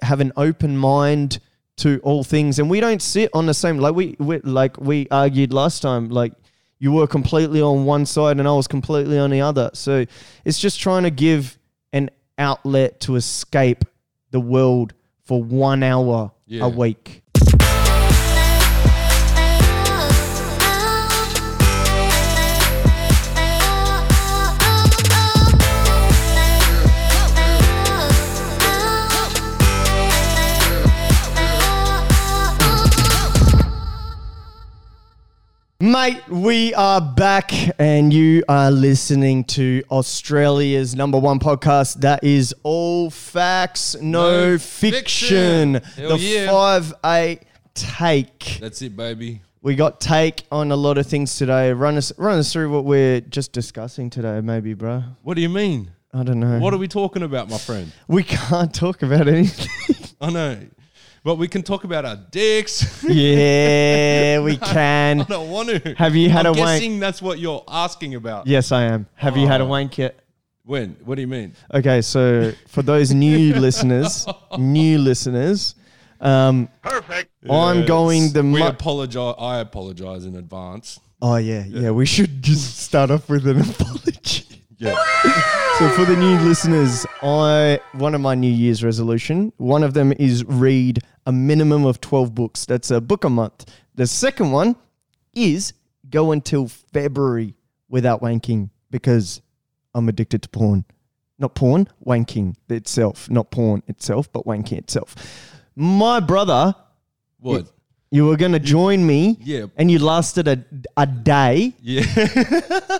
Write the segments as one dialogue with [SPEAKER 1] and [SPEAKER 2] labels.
[SPEAKER 1] have an open mind to all things, and we don't sit on the same like we, we like we argued last time. Like you were completely on one side, and I was completely on the other. So it's just trying to give an outlet to escape the world for one hour
[SPEAKER 2] Yeah.
[SPEAKER 1] a week. Mate, we are back, and you are listening to Australia's number one podcast. That is all facts, no,
[SPEAKER 2] No
[SPEAKER 1] fiction.
[SPEAKER 2] fiction.
[SPEAKER 1] The
[SPEAKER 2] Hell yeah.
[SPEAKER 1] five eight take.
[SPEAKER 2] That's it, baby.
[SPEAKER 1] We got take on a lot of things today. Run us, run us through what we're just discussing today, maybe, bro.
[SPEAKER 2] What do you mean?
[SPEAKER 1] I don't know.
[SPEAKER 2] What are we talking about, my friend?
[SPEAKER 1] we can't talk about anything.
[SPEAKER 2] I know, but we can talk about our dicks.
[SPEAKER 1] yeah, we can.
[SPEAKER 2] I don't want to.
[SPEAKER 1] Have you had
[SPEAKER 2] I'm
[SPEAKER 1] a wank?
[SPEAKER 2] guessing Oh. that's what you're asking about.
[SPEAKER 1] Yes, I am. Have you had a wank yet?
[SPEAKER 2] When? What do you mean?
[SPEAKER 1] Okay, so for those new listeners, new listeners, um, perfect. I'm
[SPEAKER 2] Yes.
[SPEAKER 1] going the.
[SPEAKER 2] Uh, we
[SPEAKER 1] Mu-
[SPEAKER 2] apologize. I apologize in advance.
[SPEAKER 1] oh yeah, yeah. We should just start off with an apology.
[SPEAKER 2] Yeah.
[SPEAKER 1] So for the new listeners, I one of my New Year's resolution, one of them is read a minimum of twelve books. That's a book a month. The second one is go until February without wanking because I'm addicted to porn. Not porn, wanking itself. Not porn itself, but wanking itself. My brother,
[SPEAKER 2] What?
[SPEAKER 1] you were gonna join me
[SPEAKER 2] Yeah.
[SPEAKER 1] and you lasted a a day.
[SPEAKER 2] Yeah.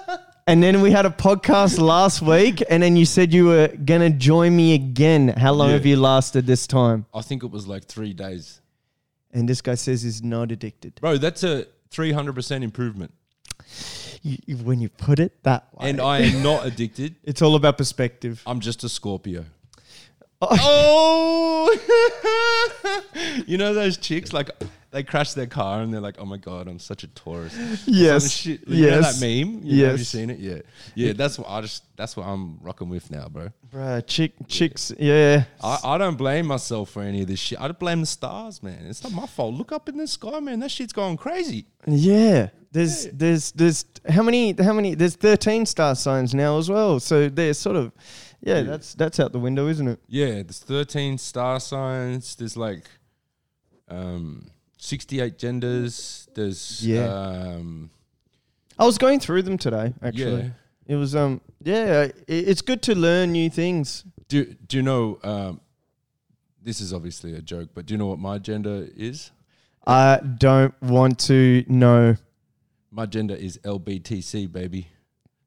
[SPEAKER 1] And then we had a podcast last week, and then you said you were gonna join me again. How long
[SPEAKER 2] Yeah.
[SPEAKER 1] have you lasted this time?
[SPEAKER 2] I think it was like three days,
[SPEAKER 1] And this guy says he's not addicted.
[SPEAKER 2] bro. That's a 300 percent improvement,
[SPEAKER 1] You, you- when you put it that way,
[SPEAKER 2] and I am not addicted.
[SPEAKER 1] it's all about perspective.
[SPEAKER 2] I'm just a Scorpio.
[SPEAKER 1] Oh,
[SPEAKER 2] Oh! You know those chicks like they crash their car and they're like, "Oh my god, I'm such a Taurus."
[SPEAKER 1] yes,
[SPEAKER 2] Some shit. You know
[SPEAKER 1] yes,
[SPEAKER 2] that meme? You know, have you
[SPEAKER 1] yes,
[SPEAKER 2] seen it? Yeah. Yeah, that's what I just that's what I'm rocking with now, bro.
[SPEAKER 1] Bruh, chick, chicks, yeah.
[SPEAKER 2] I, I don't blame myself for any of this shit. I just blame the stars, man. It's not my fault. Look up in the sky, man. That shit's going crazy.
[SPEAKER 1] Yeah. There's there's there's how many how many there's 13 star signs now as well. So they're sort of yeah, that's that's out the window, isn't it?
[SPEAKER 2] Yeah, there's 13 star signs. There's like um 68 genders. There's
[SPEAKER 1] Yeah.
[SPEAKER 2] um
[SPEAKER 1] I was going through them today actually.
[SPEAKER 2] yeah.
[SPEAKER 1] It was um yeah, it, it's good to learn new things.
[SPEAKER 2] Do do you know um this is obviously a joke, but do you know what my gender is?
[SPEAKER 1] I don't want to know.
[SPEAKER 2] My gender is LBTC, baby.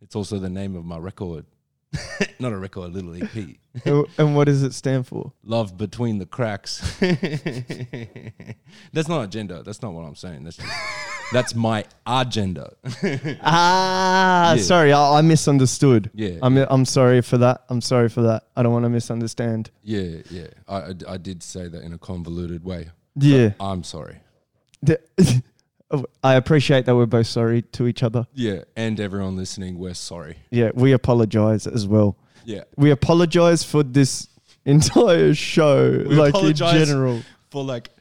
[SPEAKER 2] It's also the name of my record. Not a record, a little EP.
[SPEAKER 1] and what does it stand for?
[SPEAKER 2] Love between the cracks. that's not a gender. That's not what I'm saying. That's just, that's my agenda.
[SPEAKER 1] Ah,
[SPEAKER 2] Yeah.
[SPEAKER 1] sorry, I, I misunderstood.
[SPEAKER 2] Yeah.
[SPEAKER 1] I'm I'm sorry for that. I'm sorry for that. I don't want to misunderstand.
[SPEAKER 2] yeah, yeah. I, I, I did say that in a convoluted way.
[SPEAKER 1] Yeah.
[SPEAKER 2] I'm sorry.
[SPEAKER 1] The- I appreciate that we're both sorry to each other.
[SPEAKER 2] Yeah, and everyone listening, we're sorry.
[SPEAKER 1] Yeah, we apologize as well.
[SPEAKER 2] Yeah.
[SPEAKER 1] We apologize for this entire show,
[SPEAKER 2] We
[SPEAKER 1] like in
[SPEAKER 2] apologize.
[SPEAKER 1] general.
[SPEAKER 2] For like,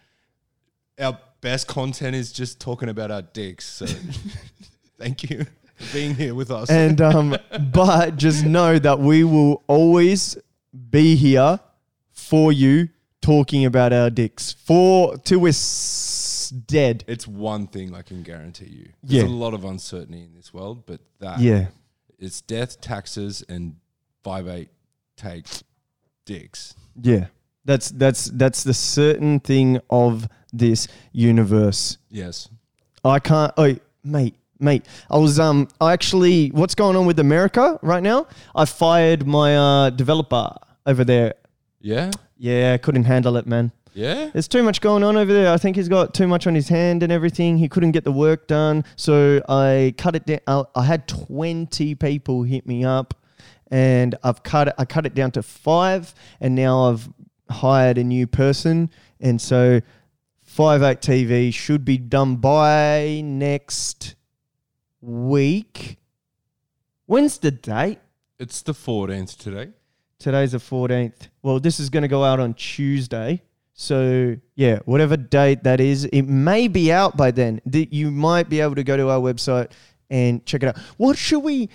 [SPEAKER 2] our best content is just talking about our dicks. So thank you for being here with us.
[SPEAKER 1] And um, but just know that we will always be here for you, talking about our dicks for till we're s- dead.
[SPEAKER 2] it's one thing I can guarantee you. There's
[SPEAKER 1] Yeah.
[SPEAKER 2] a lot of uncertainty in this world, but that
[SPEAKER 1] Yeah,
[SPEAKER 2] it's death, taxes, and five eight take dicks.
[SPEAKER 1] yeah. That's that's that's the certain thing of this universe.
[SPEAKER 2] Yes.
[SPEAKER 1] I can't. Oh, mate, mate. I was um. I actually, what's going on with America right now? I fired my uh, developer over there.
[SPEAKER 2] Yeah.
[SPEAKER 1] Yeah, I couldn't handle it, man.
[SPEAKER 2] Yeah.
[SPEAKER 1] There's too much going on over there. I think he's got too much on his hand and everything. He couldn't get the work done, so I cut it down. I- I had 20 people hit me up, and I've cut it. I cut it down to five, and now I've hired a new person, and so. 58 TV should be done by next week. When's the date?
[SPEAKER 2] It's the fourteenth today.
[SPEAKER 1] Today's the 14th. Well, this is going to go out on Tuesday. So yeah, whatever date that is, it may be out by then. That you might be able to go to our website and check it out. What should we?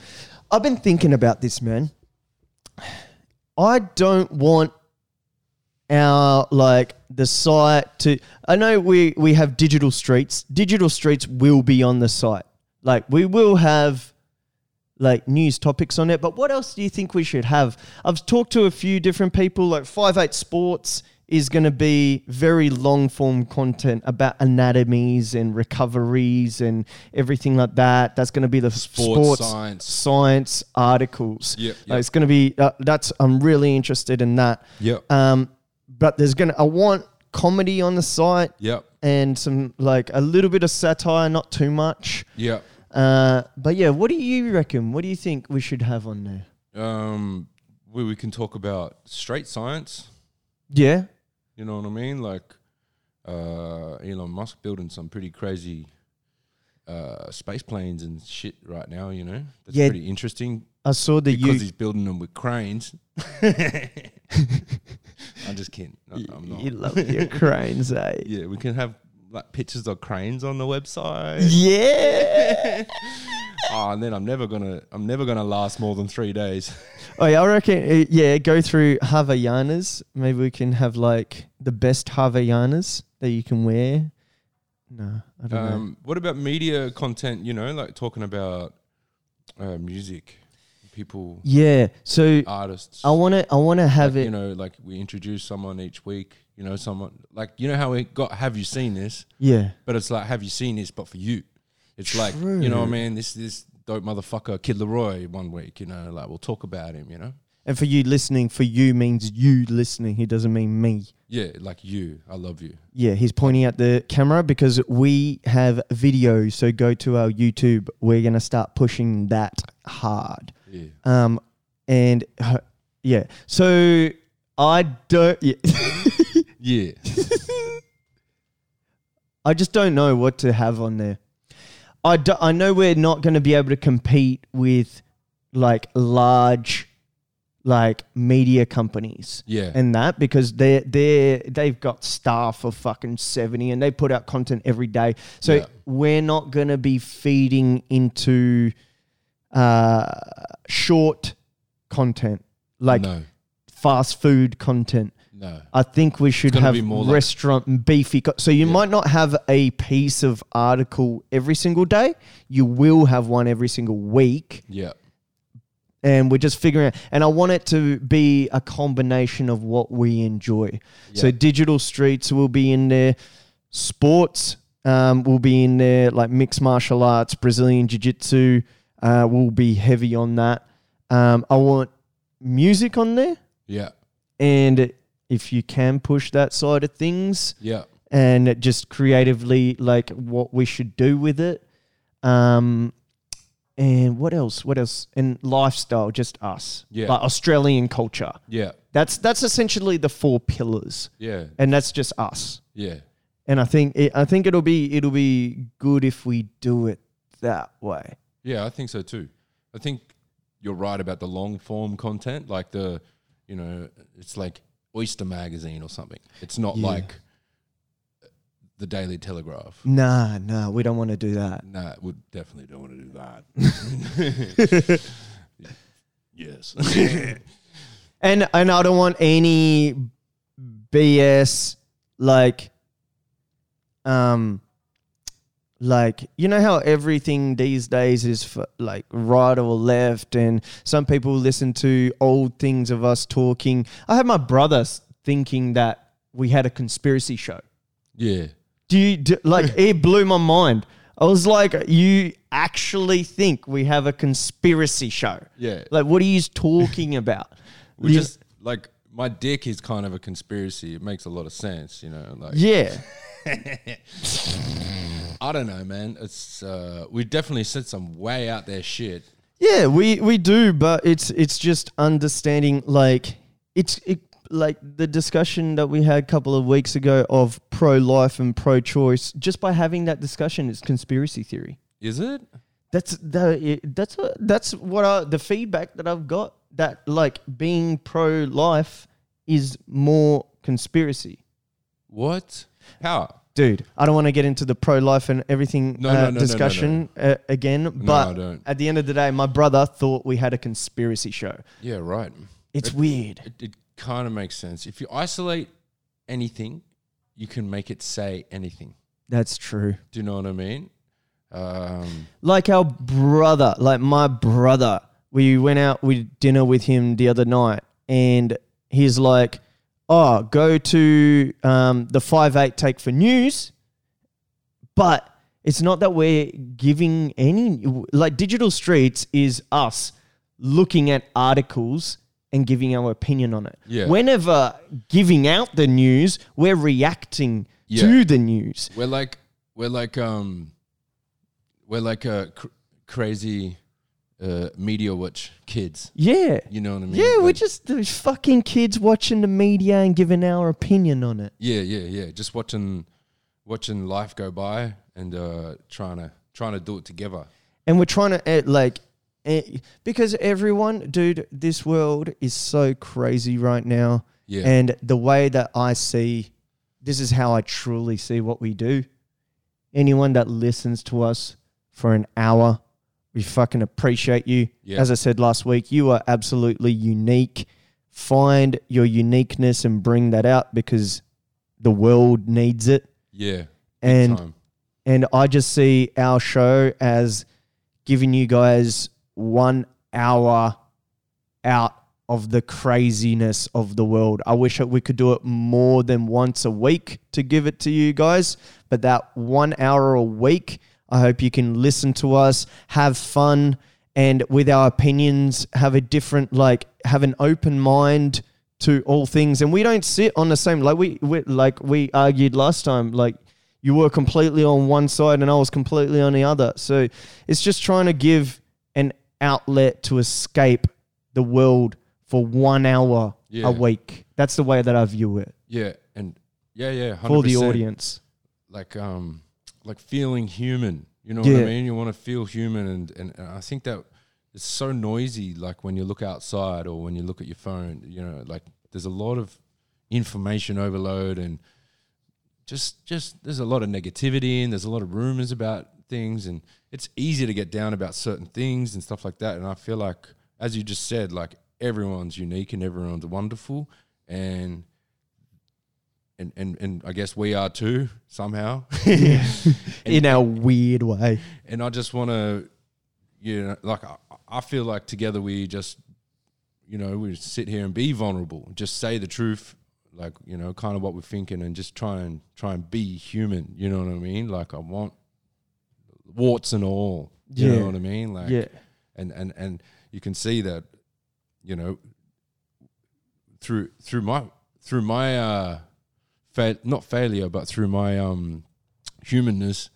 [SPEAKER 1] I've been thinking about this, man. I don't want our like the site to I know we we have digital streets. Digital streets will be on the site. Like we will have like news topics on it, but what else do you think we should have? I've talked to a few different people like 58 Sports is going to be very long form content about anatomies and recoveries and everything like that. That's going to be the sports,
[SPEAKER 2] science.
[SPEAKER 1] science articles.
[SPEAKER 2] Yep,
[SPEAKER 1] Like,
[SPEAKER 2] yep.
[SPEAKER 1] it's going to be uh, that's I'm really interested in that.
[SPEAKER 2] Yep.
[SPEAKER 1] Um, but there's gonna I want comedy on the site
[SPEAKER 2] yep.
[SPEAKER 1] and some like a little bit of satire, not too much.
[SPEAKER 2] Yep.
[SPEAKER 1] Uh, but yeah, what do you reckon? What do you think we should have on there?
[SPEAKER 2] Um, we, we can talk about straight science.
[SPEAKER 1] Yeah,
[SPEAKER 2] You know what I mean? Like uh, Elon Musk building some pretty crazy uh, space planes and shit right now. You know, that's
[SPEAKER 1] Yeah.
[SPEAKER 2] pretty interesting
[SPEAKER 1] I saw the
[SPEAKER 2] because
[SPEAKER 1] you.
[SPEAKER 2] he's building them with cranes. I'm just kidding. No, I'm not.
[SPEAKER 1] You love your cranes, eh?
[SPEAKER 2] Yeah, we can have like pictures of cranes on the website.
[SPEAKER 1] Yeah.
[SPEAKER 2] oh, and then I'm never gonna, I'm never gonna last more than three days.
[SPEAKER 1] Oh, yeah, I reckon. Uh, yeah, go through Havaianas. Maybe we can have like the best Havaianas that you can wear. No, I don't know.
[SPEAKER 2] Um, what about media content? You know, like talking about uh, music, people,
[SPEAKER 1] Yeah. So
[SPEAKER 2] artists.
[SPEAKER 1] I want to. I want to have
[SPEAKER 2] like,
[SPEAKER 1] it.
[SPEAKER 2] uh, You know, like we introduce someone each week. You know, someone like you know how we got. Have you seen this?
[SPEAKER 1] yeah.
[SPEAKER 2] But it's like, have you seen this? But for you, it's like you know, what I mean, this this dope motherfucker, Kid Leroy. One week, you know, like we'll talk about him. You know,
[SPEAKER 1] And for you listening, for you means you listening. It doesn't mean me.
[SPEAKER 2] yeah, like you, I love you.
[SPEAKER 1] Yeah, he's pointing at the camera because we have video. So go to our YouTube. We're gonna start pushing that hard.
[SPEAKER 2] Yeah,
[SPEAKER 1] Um, and uh, yeah. So I don't. Yeah.
[SPEAKER 2] yeah,
[SPEAKER 1] I just don't know what to have on there. I, do, I know we're not going to be able to compete with like large like media companies
[SPEAKER 2] Yeah.
[SPEAKER 1] and that because they they they've got staff of fucking 70 and they put out content every day so
[SPEAKER 2] Yeah.
[SPEAKER 1] we're not going to be feeding into uh short content like
[SPEAKER 2] no,
[SPEAKER 1] fast food content
[SPEAKER 2] no,
[SPEAKER 1] I think we should
[SPEAKER 2] gonna
[SPEAKER 1] have
[SPEAKER 2] be more like-
[SPEAKER 1] restaurant beefy. Co- so you might not have a piece of article every single day. You will have one every single week,
[SPEAKER 2] yeah,
[SPEAKER 1] and we're just figuring out. And I want it to be a combination of what we enjoy. So
[SPEAKER 2] Yeah.
[SPEAKER 1] digital streets will be in there. Sports um, will be in there, like mixed martial arts, Brazilian jiu jitsu. Uh, will be heavy on that. Um, I want music on there
[SPEAKER 2] yeah,
[SPEAKER 1] and if you can push that side of things
[SPEAKER 2] yeah,
[SPEAKER 1] and just creatively like what we should do with it um and what else what else and lifestyle just us
[SPEAKER 2] Yeah.
[SPEAKER 1] like australian culture
[SPEAKER 2] yeah,
[SPEAKER 1] that's that's essentially the four pillars
[SPEAKER 2] yeah,
[SPEAKER 1] and that's just us
[SPEAKER 2] yeah.
[SPEAKER 1] and i think it, i think it'll be it'll be good if we do it that way
[SPEAKER 2] Yeah, I think so too. I think you're right about the long form content, like the, you know, it's like Oyster Magazine or something. It's not
[SPEAKER 1] Yeah.
[SPEAKER 2] like uh, the Daily Telegraph.
[SPEAKER 1] nah nah we don't want to do that
[SPEAKER 2] No, we definitely don't want to do that. yes.
[SPEAKER 1] And and I don't want any BS like um like you know how everything these days is for, like right or left and some people listen to old things of us talking. I had my brother s- thinking that we had a conspiracy show.
[SPEAKER 2] yeah.
[SPEAKER 1] Do you do, like it blew my mind. I was like you actually think we have a conspiracy show.
[SPEAKER 2] Yeah.
[SPEAKER 1] Like what are you talking about?
[SPEAKER 2] We
[SPEAKER 1] You-
[SPEAKER 2] just like my dick is kind of a conspiracy. It makes a lot of sense, you know, like
[SPEAKER 1] yeah.
[SPEAKER 2] I don't know, man. It's uh we definitely said some way out there shit.
[SPEAKER 1] Yeah, we we do, but it's it's just understanding like it's it, like the discussion that we had a couple of weeks ago of pro life and pro choice. Just by having that discussion, it's conspiracy theory.
[SPEAKER 2] Is it?
[SPEAKER 1] That's that it, that's a, that's what I, the feedback that I've got that like being pro life is more conspiracy.
[SPEAKER 2] What? How?
[SPEAKER 1] dude, I don't want to get into the pro life and everything
[SPEAKER 2] No,
[SPEAKER 1] uh,
[SPEAKER 2] no, no, no,
[SPEAKER 1] discussion Uh, again, but
[SPEAKER 2] I don't.
[SPEAKER 1] at the end of the day, my brother thought we had a conspiracy show.
[SPEAKER 2] Yeah, right.
[SPEAKER 1] It's
[SPEAKER 2] It-
[SPEAKER 1] weird.
[SPEAKER 2] It, it kind of makes sense. If you isolate anything, you can make it say anything.
[SPEAKER 1] That's true.
[SPEAKER 2] Do you know what I mean? Um,
[SPEAKER 1] Like our brother, like my brother, we went out with dinner with him the other night, and he's like, "Oh, go to um, the five eight take for news," but it's not that we're giving any like digital streets is us looking at articles and giving our opinion on it.
[SPEAKER 2] Yeah.
[SPEAKER 1] Whenever giving out the news, we're reacting
[SPEAKER 2] Yeah.
[SPEAKER 1] to the news.
[SPEAKER 2] we're like we're like um, we're like a cr- crazy uh, media watch kids.
[SPEAKER 1] Yeah.
[SPEAKER 2] You know what I mean?
[SPEAKER 1] Yeah, we're
[SPEAKER 2] Like-
[SPEAKER 1] just those fucking kids watching the media and giving our opinion on it.
[SPEAKER 2] Yeah, yeah, yeah. Just watching watching life go by and uh, trying to trying to do it together.
[SPEAKER 1] And we're trying to, eh, like, eh, because everyone, dude, this world is so crazy right now.
[SPEAKER 2] Yeah.
[SPEAKER 1] And the way that I see, this is how I truly see what we do. Anyone that listens to us for an hour, we fucking appreciate you.
[SPEAKER 2] Yeah.
[SPEAKER 1] As I said last week, you are absolutely unique. Find your uniqueness and bring that out because the world needs it.
[SPEAKER 2] yeah.
[SPEAKER 1] And
[SPEAKER 2] time.
[SPEAKER 1] and I just see our show as giving you guys one hour out of the craziness of the world. I wish that we could do it more than once a week to give it to you guys, but that one hour a week, I hope you can listen to us, have fun, and with our opinions, have a different, like, have an open mind to all things. And we don't sit on the same, like, we, we like, we argued last time, like, you were completely on one side and I was completely on the other. So it's just trying to give an outlet to escape the world for one hour
[SPEAKER 2] Yeah.
[SPEAKER 1] a week. That's the way that I view it
[SPEAKER 2] Yeah, and yeah, yeah, 100%.
[SPEAKER 1] for the audience.
[SPEAKER 2] Like um like feeling human. You know what I
[SPEAKER 1] Yeah.
[SPEAKER 2] mean? You want to feel human and, and and I think that it's so noisy like when you look outside or when you look at your phone, you know, like there's a lot of information overload and just just there's a lot of negativity and there's a lot of rumors about things and it's easy to get down about certain things and stuff like that and i feel like as you just said like everyone's unique and everyone's wonderful and and and, and i guess we are too somehow
[SPEAKER 1] In a weird way.
[SPEAKER 2] and i just want to you know like I, I feel like together we just you know we sit here and be vulnerable just say the truth like you know kind of what we're thinking and just try and try and be human you know what i mean like i want warts and all you
[SPEAKER 1] Yeah.
[SPEAKER 2] know what i mean like
[SPEAKER 1] yeah.
[SPEAKER 2] and and and you can see that you know through through my through my uh fail, not failure but through my um humanness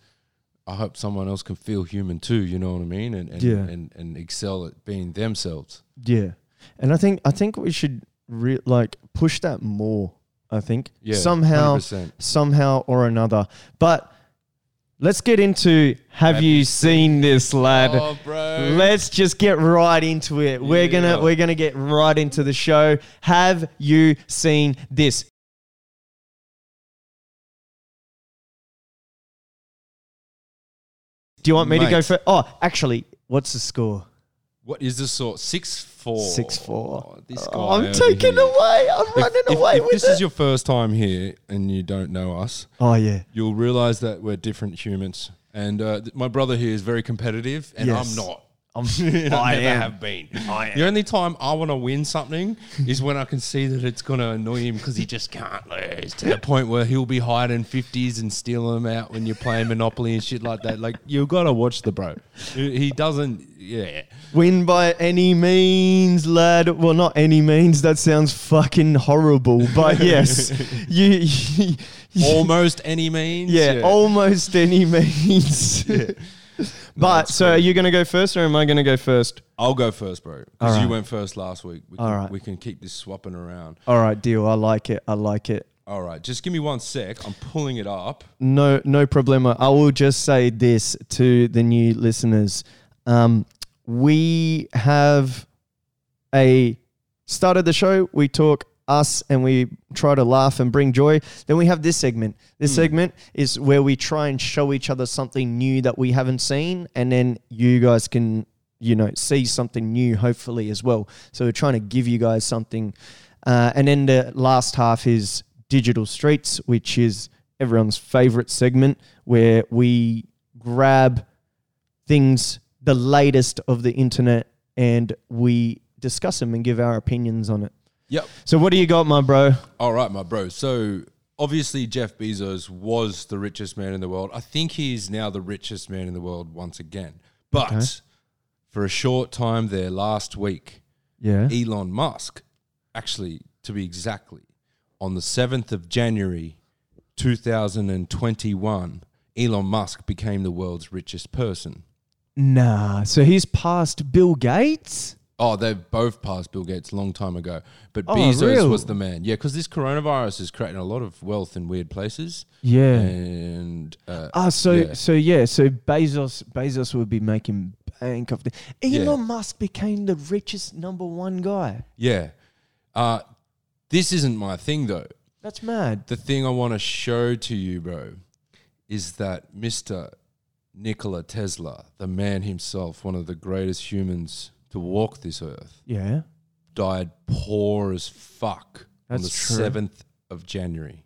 [SPEAKER 2] i hope someone else can feel human too you know what i mean and and
[SPEAKER 1] Yeah.
[SPEAKER 2] and, and excel at being themselves
[SPEAKER 1] Yeah. And I think I think we should re- like push that more, I think.
[SPEAKER 2] yeah
[SPEAKER 1] Somehow
[SPEAKER 2] 100%.
[SPEAKER 1] somehow or another. But let's get into have, you seen this lad?
[SPEAKER 2] oh bro
[SPEAKER 1] Let's just get right into it. We're
[SPEAKER 2] Yeah.
[SPEAKER 1] gonna we're gonna get right into the show. Have you seen this? Do you want me to go
[SPEAKER 2] Mate.
[SPEAKER 1] for? Oh, actually, what's the score?
[SPEAKER 2] what is the sort six four
[SPEAKER 1] Six four.
[SPEAKER 2] Oh, this guy
[SPEAKER 1] Oh, I'm
[SPEAKER 2] over
[SPEAKER 1] taking
[SPEAKER 2] here.
[SPEAKER 1] away. I'm
[SPEAKER 2] If-
[SPEAKER 1] running
[SPEAKER 2] if-
[SPEAKER 1] away
[SPEAKER 2] if
[SPEAKER 1] with
[SPEAKER 2] this
[SPEAKER 1] it.
[SPEAKER 2] is your first time here and you don't know us
[SPEAKER 1] oh yeah.
[SPEAKER 2] you'll realize that we're different humans. And uh, th- my brother here is very competitive, and
[SPEAKER 1] Yes.
[SPEAKER 2] I'm not.
[SPEAKER 1] I'm,
[SPEAKER 2] And
[SPEAKER 1] I
[SPEAKER 2] I never
[SPEAKER 1] am.
[SPEAKER 2] have been. The only time I want to win something is when I can see that it's going to annoy him because he just can't lose to the point where he'll be hiding 50s and steal them out when you're playing Monopoly and shit like that. Like, you've got to watch the bro. He he doesn't, yeah.
[SPEAKER 1] Win by any means, lad. Well, not any means. That sounds fucking horrible. But yes, you. you-
[SPEAKER 2] Almost any means.
[SPEAKER 1] yeah, almost any means. but so, are you going to go first, or am I going to go first?
[SPEAKER 2] I'll go first, bro. Because you went first last week. We can,
[SPEAKER 1] Alright.
[SPEAKER 2] we can keep this swapping around.
[SPEAKER 1] All right, deal. I like it. I like it.
[SPEAKER 2] All right, just give me one sec. I'm pulling it up.
[SPEAKER 1] No, no problemo. I will just say this to the new listeners: um, we have a start of the show. We talk us and we try to laugh and bring joy. Then we have this segment. This segment is where we try and show each other something new that we haven't seen, and then you guys can, you know, see something new hopefully as well. So we're trying to give you guys something. Uh, and then the last half is Digital Streets, which is everyone's favorite segment where we grab things, the latest of the internet, and we discuss them and give our opinions on it.
[SPEAKER 2] Yep.
[SPEAKER 1] So what do you got, my bro?
[SPEAKER 2] All right, my bro. So obviously, Jeff Bezos was the richest man in the world. I think he's now the richest man in the world once again. But for a short time there last week,
[SPEAKER 1] Yeah.
[SPEAKER 2] Elon Musk, actually, to be exactly, on the 7th of January 2021, Elon Musk became the world's richest person.
[SPEAKER 1] Nah. So he's passed Bill Gates.
[SPEAKER 2] Oh, they both passed Bill Gates a long time ago. But
[SPEAKER 1] Oh,
[SPEAKER 2] Bezos
[SPEAKER 1] real?
[SPEAKER 2] was the man. Yeah, because this coronavirus is creating a lot of wealth in weird places.
[SPEAKER 1] Yeah.
[SPEAKER 2] And uh,
[SPEAKER 1] Ah, so
[SPEAKER 2] Yeah.
[SPEAKER 1] so yeah, so Bezos Bezos would be making bank off the Elon
[SPEAKER 2] Yeah.
[SPEAKER 1] Musk became the richest number one guy.
[SPEAKER 2] yeah. Uh, this isn't my thing, though.
[SPEAKER 1] That's mad.
[SPEAKER 2] The thing I want to show to you, bro, is that Mr. Nikola Tesla, the man himself, one of the greatest humans to walk this earth,
[SPEAKER 1] Yeah.
[SPEAKER 2] died poor as fuck on the
[SPEAKER 1] That's true.
[SPEAKER 2] 7th of January,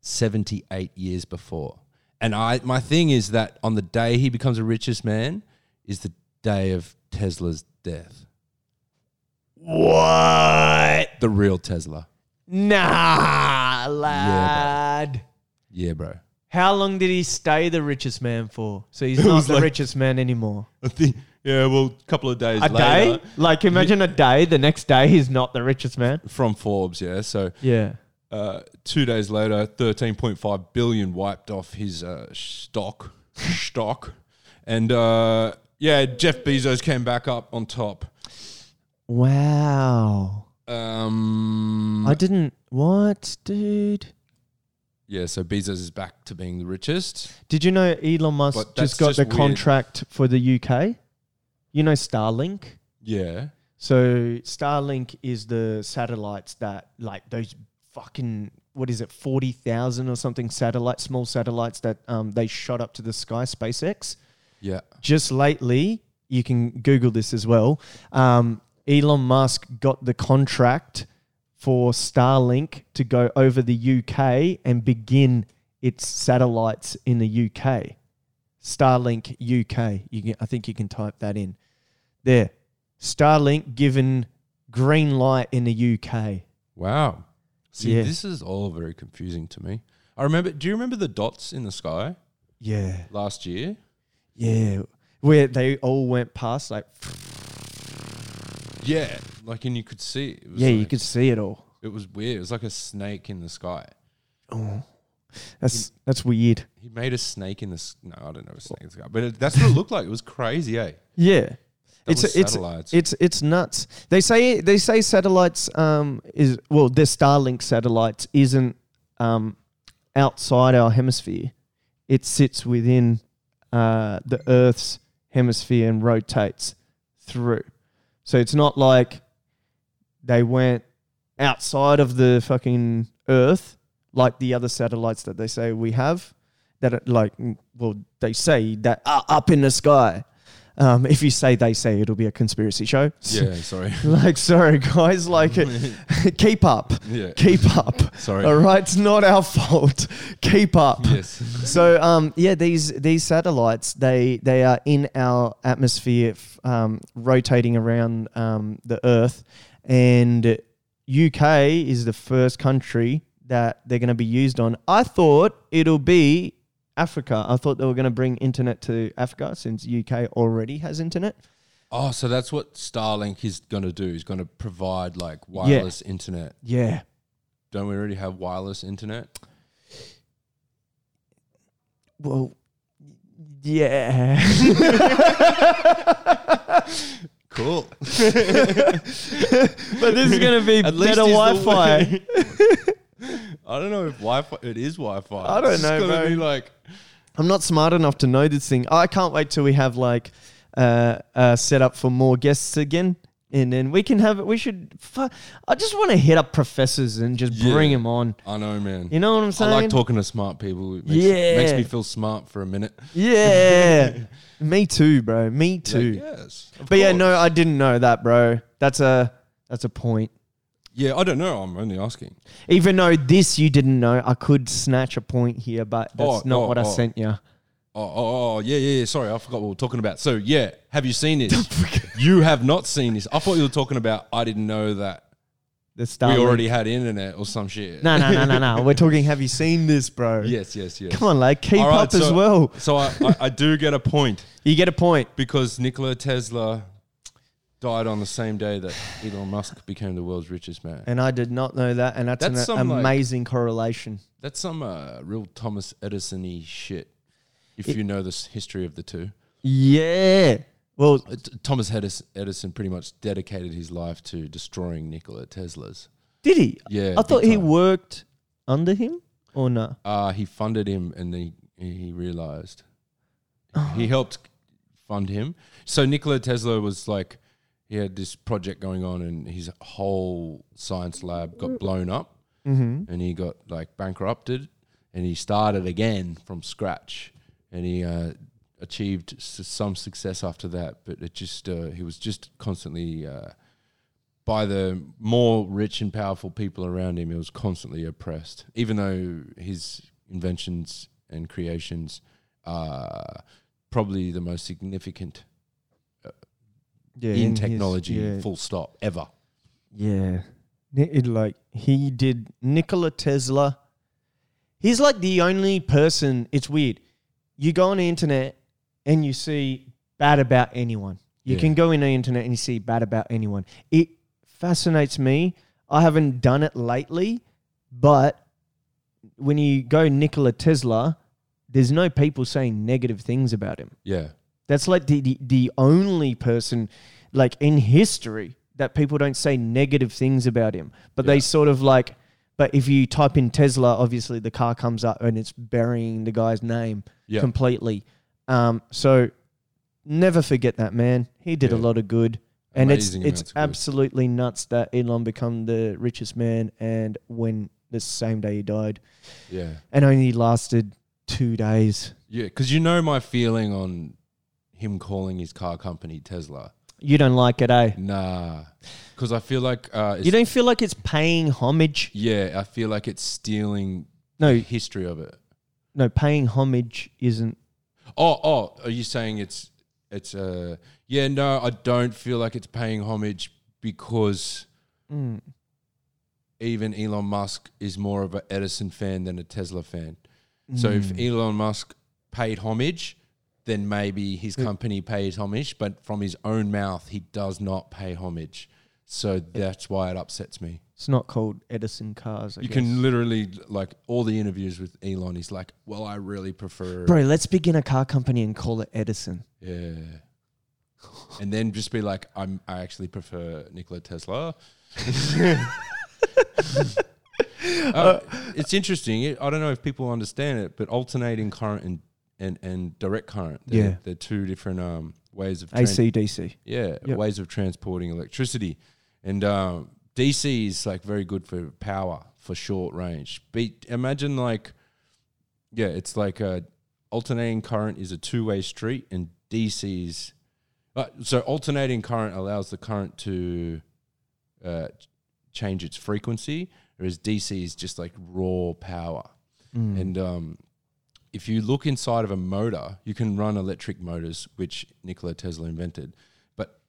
[SPEAKER 2] 78 years before. And I, my thing is that on the day he becomes the richest man is the day of Tesla's death.
[SPEAKER 1] What?
[SPEAKER 2] The real Tesla.
[SPEAKER 1] Nah, lad.
[SPEAKER 2] Yeah, bro.
[SPEAKER 1] How long did he stay the richest man for? So he's not
[SPEAKER 2] was
[SPEAKER 1] the
[SPEAKER 2] like-
[SPEAKER 1] richest man anymore.
[SPEAKER 2] I think, yeah, well, a couple of days
[SPEAKER 1] A day? Like imagine a day, the next day he's not the richest man.
[SPEAKER 2] from Forbes, yeah. So
[SPEAKER 1] Yeah.
[SPEAKER 2] uh, two days later, 13.5 billion wiped off his uh, stock, stock, and uh, yeah, Jeff Bezos came back up on top.
[SPEAKER 1] Wow.
[SPEAKER 2] Um,
[SPEAKER 1] I didn't. What, dude?
[SPEAKER 2] yeah, so Bezos is back to being the richest.
[SPEAKER 1] Did you know Elon Musk
[SPEAKER 2] But that's
[SPEAKER 1] just got
[SPEAKER 2] just
[SPEAKER 1] the
[SPEAKER 2] weird.
[SPEAKER 1] contract for the UK? You know Starlink?
[SPEAKER 2] Yeah,
[SPEAKER 1] So Starlink is the satellites that, like, those fucking. What is it, forty thousand or something satellites, small satellites that um, they shot up to the sky, SpaceX.
[SPEAKER 2] yeah,
[SPEAKER 1] just lately, you can Google this as well. Um, Elon Musk got the contract for Starlink to go over the UK and begin its satellites in the UK. Starlink UK. You can, I think you can type that in. There. Starlink given green light in the UK.
[SPEAKER 2] wow. See,
[SPEAKER 1] Yeah.
[SPEAKER 2] this is all very confusing to me. I remember. Do you remember the dots in the sky
[SPEAKER 1] Yeah.
[SPEAKER 2] last year?
[SPEAKER 1] Yeah. Where they all went past, like,
[SPEAKER 2] Yeah, like, and you could see. It was
[SPEAKER 1] yeah, you
[SPEAKER 2] like-
[SPEAKER 1] could see it all.
[SPEAKER 2] It was weird. It was like a snake in the sky.
[SPEAKER 1] That's that's weird.
[SPEAKER 2] He made a snake in the s- no, I don't know a snake in the sky, but it, that's what it looked like. It was crazy, eh?
[SPEAKER 1] Yeah.
[SPEAKER 2] That
[SPEAKER 1] It's,
[SPEAKER 2] was
[SPEAKER 1] it's
[SPEAKER 2] satellites.
[SPEAKER 1] it's it's nuts. They say they say satellites um is well their Starlink satellites isn't um outside our hemisphere. It sits within uh the Earth's hemisphere and rotates through. So it's not like they went outside of the fucking Earth like the other satellites that they say we have that are like mm, well they say that are up in the sky. Um, if you say they say, it'll be a conspiracy show.
[SPEAKER 2] yeah, sorry.
[SPEAKER 1] like, sorry, guys. Like, keep up.
[SPEAKER 2] Yeah.
[SPEAKER 1] Keep up.
[SPEAKER 2] Sorry.
[SPEAKER 1] All right. It's not our fault. Keep up.
[SPEAKER 2] Yes.
[SPEAKER 1] So, um, yeah, these these satellites they they are in our atmosphere, f- um, rotating around um, the Earth, and UK is the first country that they're going to be used on. I thought it'll be Africa. I thought they were going to bring internet to Africa since UK already has internet.
[SPEAKER 2] Oh, so that's what Starlink is going to do. He's going to provide like wireless internet.
[SPEAKER 1] Yeah,
[SPEAKER 2] Don't we already have wireless internet?
[SPEAKER 1] Well, yeah.
[SPEAKER 2] Cool.
[SPEAKER 1] but this is going to be
[SPEAKER 2] At least
[SPEAKER 1] better
[SPEAKER 2] he's
[SPEAKER 1] Wi
[SPEAKER 2] the
[SPEAKER 1] Fi.
[SPEAKER 2] I don't know if Wi-Fi. It is Wi-Fi.
[SPEAKER 1] I don't
[SPEAKER 2] It's
[SPEAKER 1] know,
[SPEAKER 2] gonna
[SPEAKER 1] bro.
[SPEAKER 2] Be like,
[SPEAKER 1] I'm not smart enough to know this thing. I can't wait till we have like uh, uh, set up for more guests again. And then we can have it. We should. Fu- I just want to hit up professors and just bring 'em bring
[SPEAKER 2] Yeah.
[SPEAKER 1] them on.
[SPEAKER 2] I know, man.
[SPEAKER 1] You know what I'm saying?
[SPEAKER 2] I like talking to smart people. It makes, makes
[SPEAKER 1] Yeah.
[SPEAKER 2] me feel smart for a minute.
[SPEAKER 1] Yeah. Me too, bro. Me
[SPEAKER 2] Like,
[SPEAKER 1] too.
[SPEAKER 2] yes. of
[SPEAKER 1] but yeah,
[SPEAKER 2] course.
[SPEAKER 1] no, I didn't know that, bro. That's a that's a point.
[SPEAKER 2] Yeah, I don't know. I'm only asking.
[SPEAKER 1] Even though this you didn't know, I could snatch a point here, but that's
[SPEAKER 2] Oh,
[SPEAKER 1] not
[SPEAKER 2] oh,
[SPEAKER 1] what I
[SPEAKER 2] oh.
[SPEAKER 1] sent you.
[SPEAKER 2] Oh, oh, oh, yeah, yeah, yeah. Sorry, I forgot what we were talking about. So, yeah, have you seen this? you have not seen this. I thought you were talking about I didn't know that
[SPEAKER 1] The Starlink.
[SPEAKER 2] we already had internet or some shit.
[SPEAKER 1] No, no, no, no, no. We're talking. Have you seen this, bro?
[SPEAKER 2] Yes, yes, yes.
[SPEAKER 1] Come on, like keep
[SPEAKER 2] All right,
[SPEAKER 1] up as
[SPEAKER 2] so-
[SPEAKER 1] well.
[SPEAKER 2] So I, I, I do get a point
[SPEAKER 1] You get a point.
[SPEAKER 2] because Nikola Tesla died on the same day that Elon Musk became the world's richest man.
[SPEAKER 1] And I did not know that, and that's,
[SPEAKER 2] That's
[SPEAKER 1] an
[SPEAKER 2] some, like-
[SPEAKER 1] amazing correlation.
[SPEAKER 2] That's some uh, real Thomas Edison-y shit. If
[SPEAKER 1] It-
[SPEAKER 2] you know this history of the two,
[SPEAKER 1] Yeah. Well,
[SPEAKER 2] Uh, T- Thomas Hedis- Edison pretty much dedicated his life to destroying Nikola Tesla's.
[SPEAKER 1] did he?
[SPEAKER 2] Yeah,
[SPEAKER 1] I thought
[SPEAKER 2] big
[SPEAKER 1] he
[SPEAKER 2] time.
[SPEAKER 1] worked under him or no?
[SPEAKER 2] Uh, he funded him, and then he, he realized he helped fund him. So Nikola Tesla was like, he had this project going on, and his whole science lab got blown up, mm-hmm. and he got like bankrupted, and he started again from scratch, and he uh, achieved s- some success after that. But it just uh, he was just constantly. Uh, by the more rich and powerful people around him, he was constantly oppressed, even though his inventions and creations are probably the most significant
[SPEAKER 1] Yeah,
[SPEAKER 2] in
[SPEAKER 1] his-
[SPEAKER 2] technology,
[SPEAKER 1] yeah.
[SPEAKER 2] full stop, ever.
[SPEAKER 1] Yeah. Ni- It, like he did Nikola Tesla. He's like the only person, it's weird. You go on the internet and you see bad about anyone. You
[SPEAKER 2] Yeah.
[SPEAKER 1] can go in the internet and you see bad about anyone. It fascinates me. I haven't done it lately, but when you go Nikola Tesla, there's no people saying negative things about him.
[SPEAKER 2] Yeah.
[SPEAKER 1] That's like the, the, the only person, like in history, that people don't say negative things about him. But they
[SPEAKER 2] Yeah.
[SPEAKER 1] sort of like, but if you type in Tesla, obviously the car comes up and it's burying the guy's name
[SPEAKER 2] Yeah.
[SPEAKER 1] completely. Um, so never forget that man. He did a
[SPEAKER 2] Yeah.
[SPEAKER 1] lot of good. And
[SPEAKER 2] Amazing
[SPEAKER 1] it's it's
[SPEAKER 2] amounts of good.
[SPEAKER 1] absolutely nuts that Elon become the richest man and when the same day he died
[SPEAKER 2] yeah.
[SPEAKER 1] and only lasted two days.
[SPEAKER 2] Yeah. Because you know my feeling on him calling his car company Tesla.
[SPEAKER 1] You don't like it, eh?
[SPEAKER 2] Nah. Because I feel like, uh, it's,
[SPEAKER 1] You don't feel like it's paying homage.
[SPEAKER 2] yeah, I feel like it's stealing the
[SPEAKER 1] No,
[SPEAKER 2] history of it.
[SPEAKER 1] no, paying homage isn't.
[SPEAKER 2] Oh, oh, are you saying it's it's uh yeah, no, I don't feel like it's paying homage because
[SPEAKER 1] Mm.
[SPEAKER 2] even Elon Musk is more of an Edison fan than a Tesla fan. So
[SPEAKER 1] Hmm.
[SPEAKER 2] if Elon Musk paid homage, then maybe his company pays homage, but from his own mouth he does not pay homage. So that's why it upsets me.
[SPEAKER 1] It's not called Edison cars. I
[SPEAKER 2] You
[SPEAKER 1] guess.
[SPEAKER 2] can literally like all the interviews with Elon, he's like, Well, I really prefer
[SPEAKER 1] bro. Let's begin a car company and call it Edison.
[SPEAKER 2] Yeah. And then just be like, I'm I actually prefer Nikola Tesla. Uh, it's interesting. It, I don't know if people understand it, but alternating current and and, and direct current. They're,
[SPEAKER 1] Yeah.
[SPEAKER 2] they're two different um, ways of trans-
[SPEAKER 1] ACDC.
[SPEAKER 2] yeah
[SPEAKER 1] Yep.
[SPEAKER 2] ways of transporting electricity. And um, DC is like very good for power for short range. Be imagine like yeah, it's like a alternating current is a two way street, and DC's uh, so alternating current allows the current to uh, ch- change its frequency, whereas DC is just like raw power.
[SPEAKER 1] Hmm. Mm.
[SPEAKER 2] And um, if you look inside of a motor, you can run electric motors, which Nikola Tesla invented. But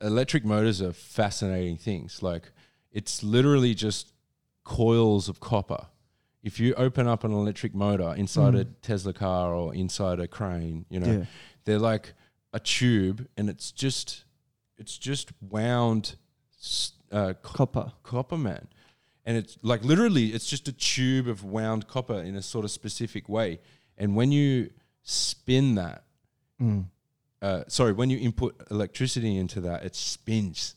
[SPEAKER 2] electric motors are fascinating things. Like it's literally just coils of copper. If you open up an electric motor inside a Tesla car or inside a crane, you know,
[SPEAKER 1] Yeah.
[SPEAKER 2] they're like a tube, and it's just it's just wound s- uh, co-
[SPEAKER 1] Copper.
[SPEAKER 2] copper man and it's like literally it's just a tube of wound copper in a sort of specific way and when you spin that
[SPEAKER 1] Hmm.
[SPEAKER 2] uh, sorry when you input electricity into that it spins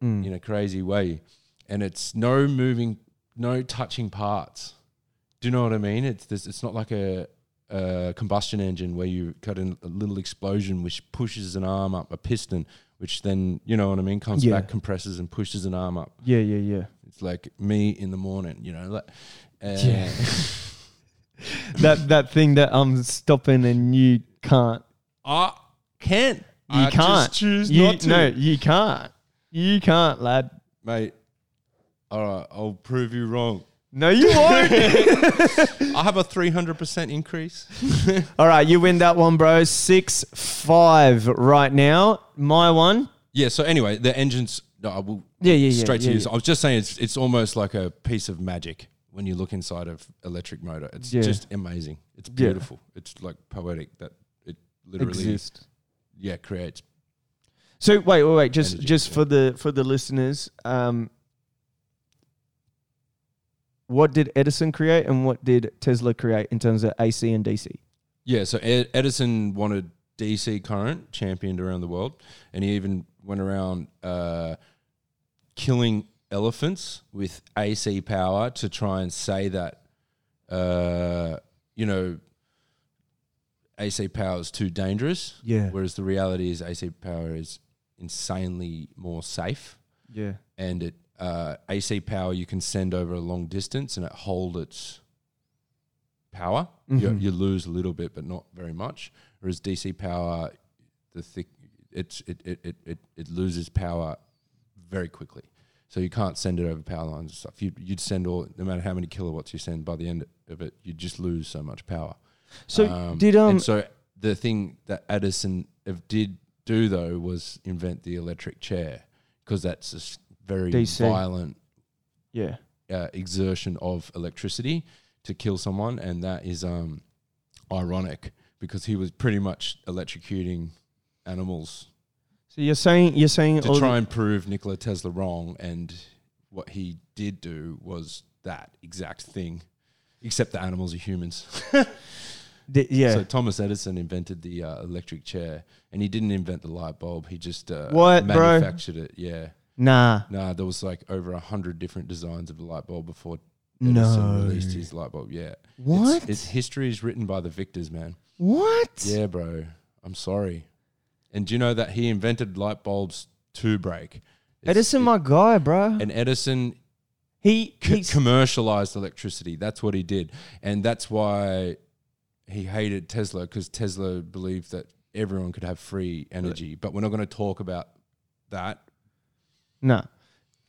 [SPEAKER 1] Hmm. Mm.
[SPEAKER 2] in a crazy way and it's no moving no touching parts do you know what i mean it's this, it's not like a uh, combustion engine where you cut in a little explosion which pushes an arm up a piston, which then you know what I mean comes
[SPEAKER 1] Yeah.
[SPEAKER 2] back, compresses and pushes an arm up.
[SPEAKER 1] Yeah, yeah, yeah.
[SPEAKER 2] It's like me in the morning, you know. Like, uh,
[SPEAKER 1] Yeah. that that thing that I'm stopping and you can't.
[SPEAKER 2] I can't. You
[SPEAKER 1] You
[SPEAKER 2] I
[SPEAKER 1] can't.
[SPEAKER 2] Just choose
[SPEAKER 1] you,
[SPEAKER 2] not to.
[SPEAKER 1] No, you can't. You can't, lad.
[SPEAKER 2] mate. All right, I'll prove you wrong.
[SPEAKER 1] No, you won't.
[SPEAKER 2] I have a three hundred percent increase.
[SPEAKER 1] All right, you win that one, bro. Six five right now. My one.
[SPEAKER 2] Yeah. So anyway, the engines. No, I will.
[SPEAKER 1] Yeah, yeah, yeah,
[SPEAKER 2] Straight
[SPEAKER 1] yeah,
[SPEAKER 2] to you.
[SPEAKER 1] yeah.
[SPEAKER 2] So I was just saying, it's it's almost like a piece of magic when you look inside of electric motor. It's
[SPEAKER 1] Yeah.
[SPEAKER 2] just amazing. It's beautiful. It's like poetic that it literally
[SPEAKER 1] Exist.
[SPEAKER 2] yeah creates.
[SPEAKER 1] So wait, wait, wait. Just
[SPEAKER 2] Energy,
[SPEAKER 1] just
[SPEAKER 2] yeah.
[SPEAKER 1] for the for the listeners, um, what did Edison create and what did Tesla create in terms of AC and DC?
[SPEAKER 2] Yeah. So Ed- Edison wanted DC current championed around the world, and he even went around uh, killing elephants with AC power to try and say that uh, you know AC power is too dangerous.
[SPEAKER 1] Yeah,
[SPEAKER 2] Whereas the reality is AC power is insanely more safe,
[SPEAKER 1] yeah,
[SPEAKER 2] and it uh, AC power you can send over a long distance and it hold its power. You,
[SPEAKER 1] Mhm.
[SPEAKER 2] you lose a little bit, but not very much. Whereas DC power, the thick it's it it it it, it loses power very quickly. So you can't send it over power lines and stuff. You, you'd send all, no matter how many kilowatts you send, by the end of it, you just lose so much power.
[SPEAKER 1] So did, um,
[SPEAKER 2] and so the thing that Addison of did do though was invent the electric chair because that's a s- very
[SPEAKER 1] DC.
[SPEAKER 2] violent
[SPEAKER 1] yeah.
[SPEAKER 2] uh, exertion of electricity to kill someone, and that is um, ironic because he was pretty much electrocuting animals
[SPEAKER 1] So you're saying you're saying all
[SPEAKER 2] to try and prove Nikola Tesla wrong, and what he did do was that exact thing, except the animals are humans.
[SPEAKER 1] the, yeah.
[SPEAKER 2] So Thomas Edison invented the uh, electric chair, and he didn't invent the light bulb. He just uh,
[SPEAKER 1] What, bro?
[SPEAKER 2] manufactured it. Yeah,
[SPEAKER 1] nah,
[SPEAKER 2] nah, there was like over a hundred different designs of the light bulb before Edison
[SPEAKER 1] no.
[SPEAKER 2] released his light bulb. Yeah,
[SPEAKER 1] What?
[SPEAKER 2] It's, it's history is written by the victors, man.
[SPEAKER 1] What?
[SPEAKER 2] Yeah, bro. I'm sorry. And do you know that he invented light bulbs to break? It's-
[SPEAKER 1] Edison,
[SPEAKER 2] it-
[SPEAKER 1] my guy, bro.
[SPEAKER 2] and Edison
[SPEAKER 1] He
[SPEAKER 2] c-
[SPEAKER 1] he's,
[SPEAKER 2] commercialized electricity. That's what he did, and that's why he hated Tesla because Tesla believed that everyone could have free energy. But we're not going to talk about that.
[SPEAKER 1] nah.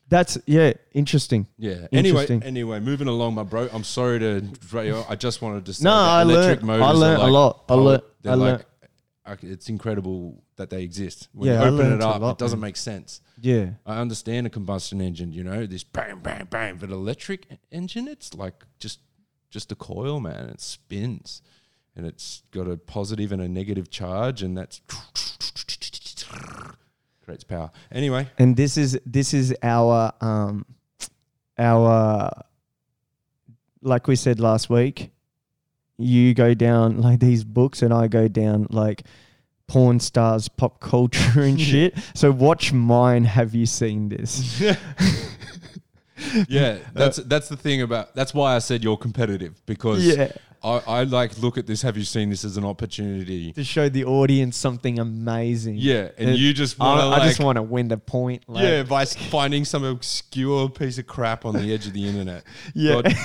[SPEAKER 1] That's yeah, interesting.
[SPEAKER 2] Yeah. Anyway,
[SPEAKER 1] Interesting.
[SPEAKER 2] anyway, moving along, my bro. I'm sorry to derail you. I just wanted to say
[SPEAKER 1] No,
[SPEAKER 2] that
[SPEAKER 1] I learned-
[SPEAKER 2] electric motors
[SPEAKER 1] I
[SPEAKER 2] are
[SPEAKER 1] learned a
[SPEAKER 2] like
[SPEAKER 1] lot. I
[SPEAKER 2] power-
[SPEAKER 1] learned-
[SPEAKER 2] they're
[SPEAKER 1] I
[SPEAKER 2] like-
[SPEAKER 1] learned-
[SPEAKER 2] I c- It's incredible that they exist. When
[SPEAKER 1] Yeah, I
[SPEAKER 2] you open
[SPEAKER 1] learned
[SPEAKER 2] it
[SPEAKER 1] a
[SPEAKER 2] up,
[SPEAKER 1] lot,
[SPEAKER 2] it doesn't
[SPEAKER 1] man.
[SPEAKER 2] make sense.
[SPEAKER 1] Yeah.
[SPEAKER 2] I understand a combustion engine, you know, this bang, bang, bang, but electric e- engine, it's like just just a coil, man. It spins, and it's got a positive and a negative charge, and that's creates power. Anyway,
[SPEAKER 1] And this is this is our um our like we said last week, you go down like these books and I go down like porn stars, pop culture and shit. So watch mine, have you seen this?
[SPEAKER 2] yeah, that's that's the thing about that's why I said you're competitive because
[SPEAKER 1] Yeah.
[SPEAKER 2] I, I like look at this. Have you seen this as an opportunity?
[SPEAKER 1] To show the audience something amazing.
[SPEAKER 2] Yeah, and
[SPEAKER 1] Uh,
[SPEAKER 2] you just want
[SPEAKER 1] I,
[SPEAKER 2] to like
[SPEAKER 1] I just want to win the point. Like,
[SPEAKER 2] yeah by s- finding some obscure piece of crap on the edge of the internet.
[SPEAKER 1] Yeah.
[SPEAKER 2] God,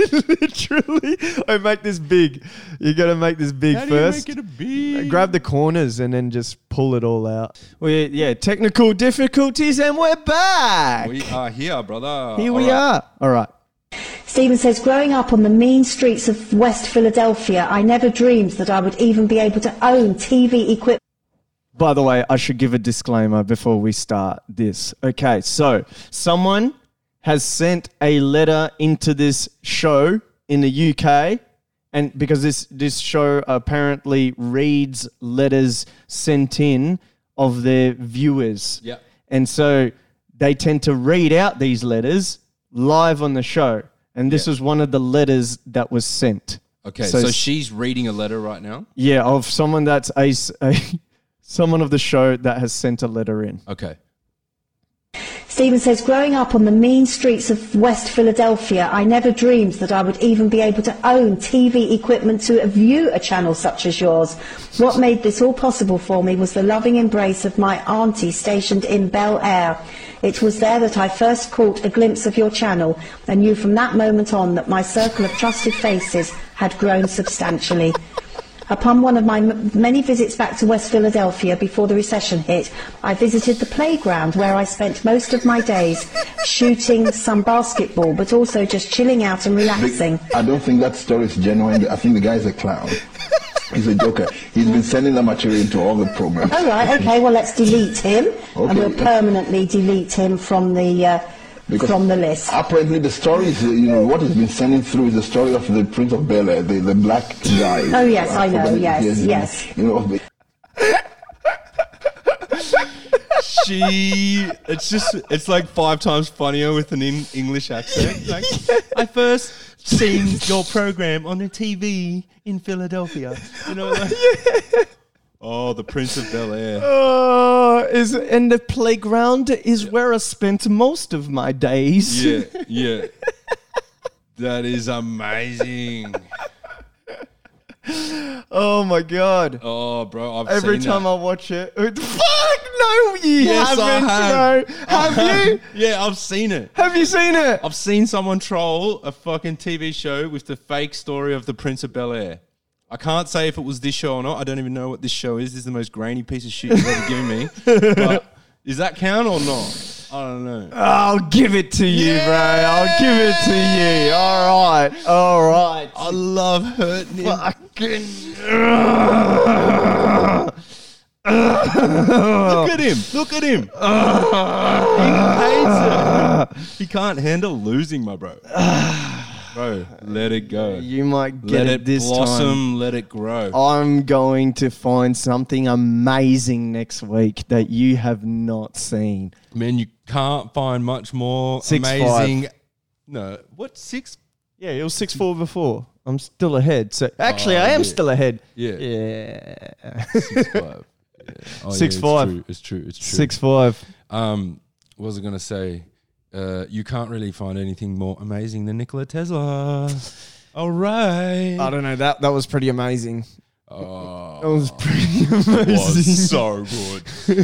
[SPEAKER 1] Literally. I make this big. You got to make this big
[SPEAKER 2] How do you
[SPEAKER 1] first.
[SPEAKER 2] make it a big?
[SPEAKER 1] Grab the corners and then just pull it all out. Well, yeah, yeah, technical difficulties, and we're back.
[SPEAKER 2] We are here, brother.
[SPEAKER 1] Here we
[SPEAKER 2] Alright.
[SPEAKER 1] are. All right.
[SPEAKER 3] Stephen says, growing up on the mean streets of West Philadelphia, I never dreamed that I would even be able to own TV equipment.
[SPEAKER 1] By the way, I should give a disclaimer before we start this. Okay, so someone has sent a letter into this show in the UK, and because this this show apparently reads letters sent in of their viewers.
[SPEAKER 2] Yeah.
[SPEAKER 1] And so they tend to read out these letters live on the show. And this was one of the letters that was sent.
[SPEAKER 2] Okay,
[SPEAKER 1] So
[SPEAKER 2] so,
[SPEAKER 1] s-
[SPEAKER 2] she's reading a letter right now.
[SPEAKER 1] Yeah, of someone that's a, s- a- someone of the show that has sent a letter in.
[SPEAKER 2] Okay.
[SPEAKER 3] Stephen says, growing up on the mean streets of West Philadelphia, I never dreamed that I would even be able to own TV equipment to view a channel such as yours. What made this all possible for me was the loving embrace of my auntie stationed in Bel Air. It was there that I first caught a glimpse of your channel and knew from that moment on that my circle of trusted faces had grown substantially. Upon one of my m- many visits back to West Philadelphia before the recession hit, I visited the playground where I spent most of my days shooting some basketball, but also just chilling out and relaxing.
[SPEAKER 4] I don't think that story is genuine. I think the guy is a clown. He's a joker. He's been sending that material into all the programs.
[SPEAKER 3] All right, okay, well, let's delete him, and
[SPEAKER 4] Okay.
[SPEAKER 3] we'll permanently delete him from the, uh,
[SPEAKER 4] Because-
[SPEAKER 3] from the list.
[SPEAKER 4] Apparently, the story is, uh, you know, what has been sending through is the story of the Prince of Bel Air, the, the black guy.
[SPEAKER 3] Oh, yes, I know,
[SPEAKER 4] forgot his-
[SPEAKER 3] yes,
[SPEAKER 4] his name.
[SPEAKER 3] yes.
[SPEAKER 4] You know, of the-
[SPEAKER 5] she it's just it's like five times funnier with an in English accent. Like I first seen your program on the TV in Philadelphia. You know, like, oh, the Prince of Bel Air.
[SPEAKER 2] Oh.
[SPEAKER 1] Uh, is and the playground is where I spent most of my days.
[SPEAKER 2] Yeah, yeah. that is amazing.
[SPEAKER 1] Oh my god!
[SPEAKER 2] Oh, bro, I've
[SPEAKER 1] Every
[SPEAKER 2] seen
[SPEAKER 1] time
[SPEAKER 2] that.
[SPEAKER 1] I watch it, it- fuck no, you
[SPEAKER 2] Yes, I
[SPEAKER 1] haven't.
[SPEAKER 2] have.
[SPEAKER 1] No, have you?
[SPEAKER 2] yeah, I've seen it.
[SPEAKER 1] Have you seen it?
[SPEAKER 2] I've seen someone troll a fucking TV show with the fake story of the Prince of Bel Air. I can't say if it was this show or not. I don't even know what this show is. This is the most grainy piece of shit you've ever given me. But is that count or not? I don't know.
[SPEAKER 1] I'll give it to you, bro. I'll give it to you. All right, all right.
[SPEAKER 2] I love hurting him.
[SPEAKER 1] Fucking. Look
[SPEAKER 2] Look at him. Look at him.
[SPEAKER 1] Uh,
[SPEAKER 2] he hates it. He can't handle losing, my bro. Bro, let it go.
[SPEAKER 1] You might Uh, get
[SPEAKER 2] let
[SPEAKER 1] it,
[SPEAKER 2] it
[SPEAKER 1] this time.
[SPEAKER 2] blossom. Let it grow.
[SPEAKER 1] I'm going to find something amazing next week that you have not seen.
[SPEAKER 2] Man, you can't find much more
[SPEAKER 1] Six,
[SPEAKER 2] amazing. No, what six?
[SPEAKER 1] Yeah, it was six four before. I'm still ahead. So actually, I am still ahead.
[SPEAKER 2] Oh, Yeah.
[SPEAKER 1] Yeah.
[SPEAKER 2] Six five. Yeah. Oh,
[SPEAKER 1] Six,
[SPEAKER 2] it's
[SPEAKER 1] five.
[SPEAKER 2] true, It's true. It's true.
[SPEAKER 1] Six five.
[SPEAKER 2] Um, what was I gonna say? Uh, you can't really find anything more amazing than Nikola Tesla. All
[SPEAKER 1] I
[SPEAKER 2] right.
[SPEAKER 1] don't know. That that was pretty amazing.
[SPEAKER 2] Oh,
[SPEAKER 1] That was pretty
[SPEAKER 2] it
[SPEAKER 1] amazing.
[SPEAKER 2] was so good.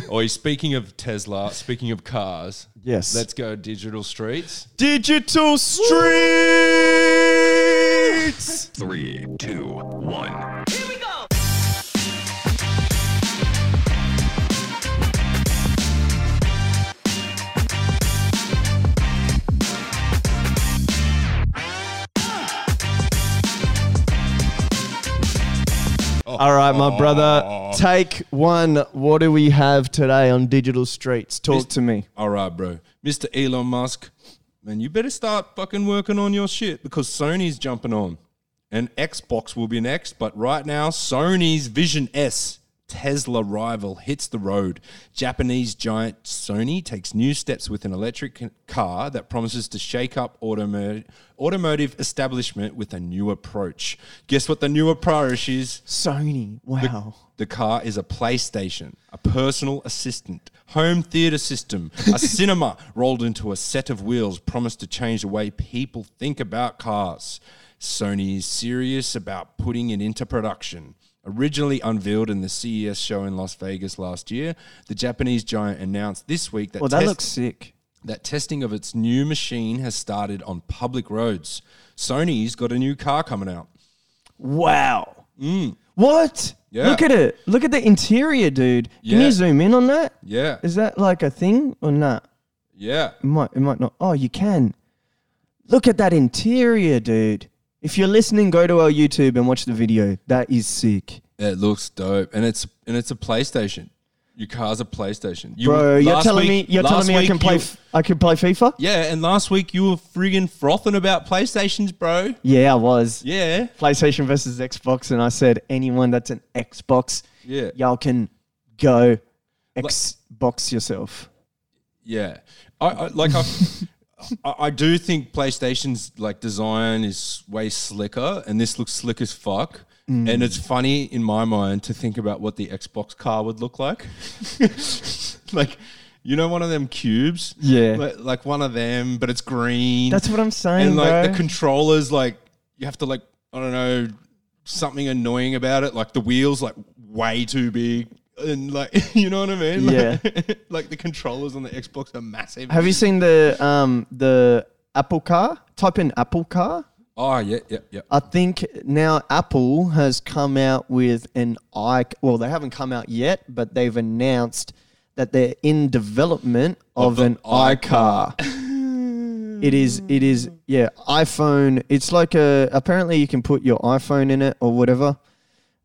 [SPEAKER 2] oh, speaking of Tesla, speaking of cars,
[SPEAKER 1] Yes.
[SPEAKER 2] let's go digital streets.
[SPEAKER 1] Digital streets.
[SPEAKER 6] Three, two, one.
[SPEAKER 1] All right, my brother. Take one. What do we have today on digital streets? Talk to me.
[SPEAKER 2] All right, bro. Mr. Elon Musk, man, you better start fucking working on your shit because Sony's jumping on. And Xbox will be next, but right now, Sony's Vision S, Tesla rival, hits the road. Japanese giant Sony takes new steps with an electric c- car that promises to shake up automo- automotive establishment with a new approach. Guess what the new approach is?
[SPEAKER 1] Sony. Wow.
[SPEAKER 2] The car is a PlayStation, a personal assistant, home theater system, a cinema rolled into a set of wheels promised to change the way people think about cars. Sony is serious about putting it into production. Originally unveiled in the CES show in Las Vegas last year, the Japanese giant announced this week that
[SPEAKER 1] Well, Oh, that
[SPEAKER 2] Tes-
[SPEAKER 1] looks sick.
[SPEAKER 2] that testing of its new machine has started on public roads. Sony's got a new car coming out.
[SPEAKER 1] Wow. What?
[SPEAKER 2] Mm. Yeah.
[SPEAKER 1] Look at it. Look at the interior, dude. Can
[SPEAKER 2] Yeah.
[SPEAKER 1] you zoom in on that?
[SPEAKER 2] Yeah.
[SPEAKER 1] Is that like a thing or not?
[SPEAKER 2] Yeah.
[SPEAKER 1] It might it might not. Oh, you can. Look at that interior, dude. If you're listening, go to our YouTube and watch the video. That is sick.
[SPEAKER 2] It looks dope, and it's and it's a PlayStation. Your car's a PlayStation, you,
[SPEAKER 1] Bro, you're
[SPEAKER 2] last
[SPEAKER 1] telling
[SPEAKER 2] week-
[SPEAKER 1] me you're telling
[SPEAKER 2] last
[SPEAKER 1] me I
[SPEAKER 2] week
[SPEAKER 1] can play
[SPEAKER 2] you-
[SPEAKER 1] f- I can play FIFA?
[SPEAKER 2] yeah, and last week you were friggin' frothing about PlayStations, bro.
[SPEAKER 1] Yeah, I was.
[SPEAKER 2] Yeah,
[SPEAKER 1] PlayStation versus Xbox, and I said anyone that's an Xbox,
[SPEAKER 2] Yeah.
[SPEAKER 1] y'all can go Xbox yourself.
[SPEAKER 2] yeah. I, I like I, I, I do think PlayStation's like design is way slicker, and this looks slick as fuck.
[SPEAKER 1] Mm.
[SPEAKER 2] And it's funny in my mind to think about what the Xbox car would look like. like
[SPEAKER 5] You know, one of them cubes.
[SPEAKER 1] Yeah.
[SPEAKER 5] Li- like, one of them, but it's green.
[SPEAKER 1] That's what I'm saying,
[SPEAKER 5] and like
[SPEAKER 1] bro.
[SPEAKER 5] the controllers, like you have to like I don't know something annoying about it. Like the wheels, like way too big. And like you know what I mean? Like, yeah. like the controllers on the Xbox are massive.
[SPEAKER 1] Have you seen the um the Apple car? Type in Apple car.
[SPEAKER 2] Oh yeah, yeah, yeah.
[SPEAKER 1] I think now Apple has come out with an i. Well, they haven't come out yet, but they've announced that they're in development of,
[SPEAKER 5] the
[SPEAKER 1] an iCar. it is. It is. Yeah, iPhone. It's like a. Apparently, you can put your iPhone in it or whatever.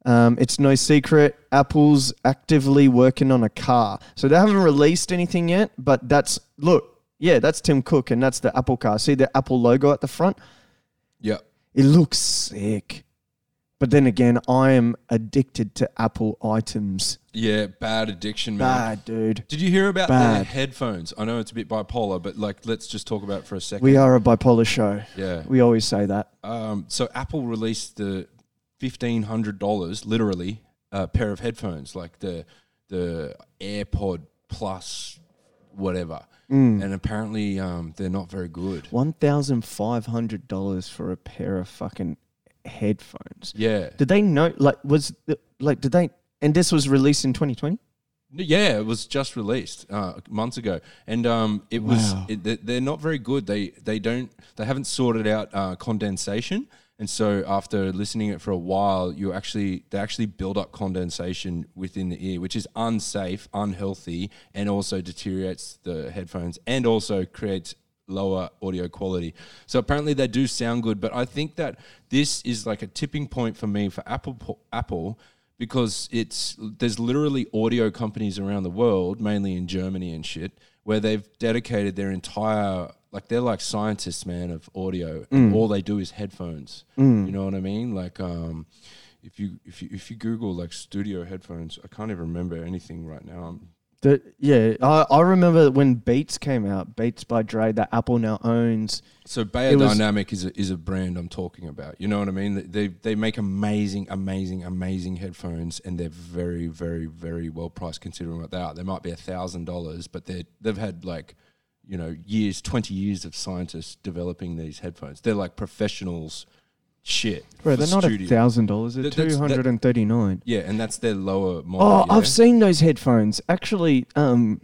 [SPEAKER 1] Um, it's no secret. Apple's actively working on a car, so they haven't released anything yet. But that's look. Yeah, that's Tim Cook, and that's the Apple car. See the Apple logo at the front.
[SPEAKER 2] yeah.
[SPEAKER 1] It looks sick. But then again, I am addicted to Apple items.
[SPEAKER 2] Yeah, bad addiction, man.
[SPEAKER 1] Bad, dude.
[SPEAKER 2] Did you hear about the
[SPEAKER 1] Bad.
[SPEAKER 2] headphones? I know it's a bit bipolar, but like, let's just talk about it for a second.
[SPEAKER 1] We are a bipolar show.
[SPEAKER 2] Yeah.
[SPEAKER 1] We always say that.
[SPEAKER 2] Um, so Apple released the fifteen hundred dollars, literally, a pair of headphones, like the the AirPod Plus, whatever. And apparently, um, they're not very good.
[SPEAKER 1] $1,500 for a pair of fucking headphones.
[SPEAKER 2] Yeah,
[SPEAKER 1] Did they know, like, was, the- like, did they, and this was released in 2020?
[SPEAKER 2] yeah, it was just released uh, months ago, and um, it was
[SPEAKER 1] Wow.
[SPEAKER 2] it, they- they're not very good. They they don't they haven't sorted out uh, condensation, and so after listening it for a while, you actually they actually build up condensation within the ear, which is unsafe, unhealthy, and also deteriorates the headphones, and also creates lower audio quality. So apparently they do sound good, but I think that this is like a tipping point for me for Apple po- Apple because it's there's literally audio companies around the world, mainly in Germany and shit, where they've dedicated their entire like they're like scientists, man, of audio. And all they do is headphones. You know what I mean? Like um if you if you if you Google like studio headphones, I can't even remember anything right now. I'm
[SPEAKER 1] The, yeah, I, I remember when Beats came out, Beats by Dre, that Apple now owns.
[SPEAKER 2] So
[SPEAKER 1] It was-
[SPEAKER 2] Dynamic is a, is a brand I'm talking about. You know what I mean? They- They they make amazing, amazing, amazing headphones, and they're very, very, very well priced considering what they are. They might be a thousand dollars, but they they've had like you know years, twenty years of scientists developing these headphones. They're like professionals, shit.
[SPEAKER 1] Bro,
[SPEAKER 2] for
[SPEAKER 1] they're not a
[SPEAKER 2] studio.
[SPEAKER 1] thousand dollars. They're
[SPEAKER 2] That- that's-
[SPEAKER 1] two
[SPEAKER 2] that-
[SPEAKER 1] hundred and thirty-nine.
[SPEAKER 2] Yeah, and that's their lower
[SPEAKER 1] Oh,
[SPEAKER 2] model. yeah?
[SPEAKER 1] I've seen those headphones. Actually, um,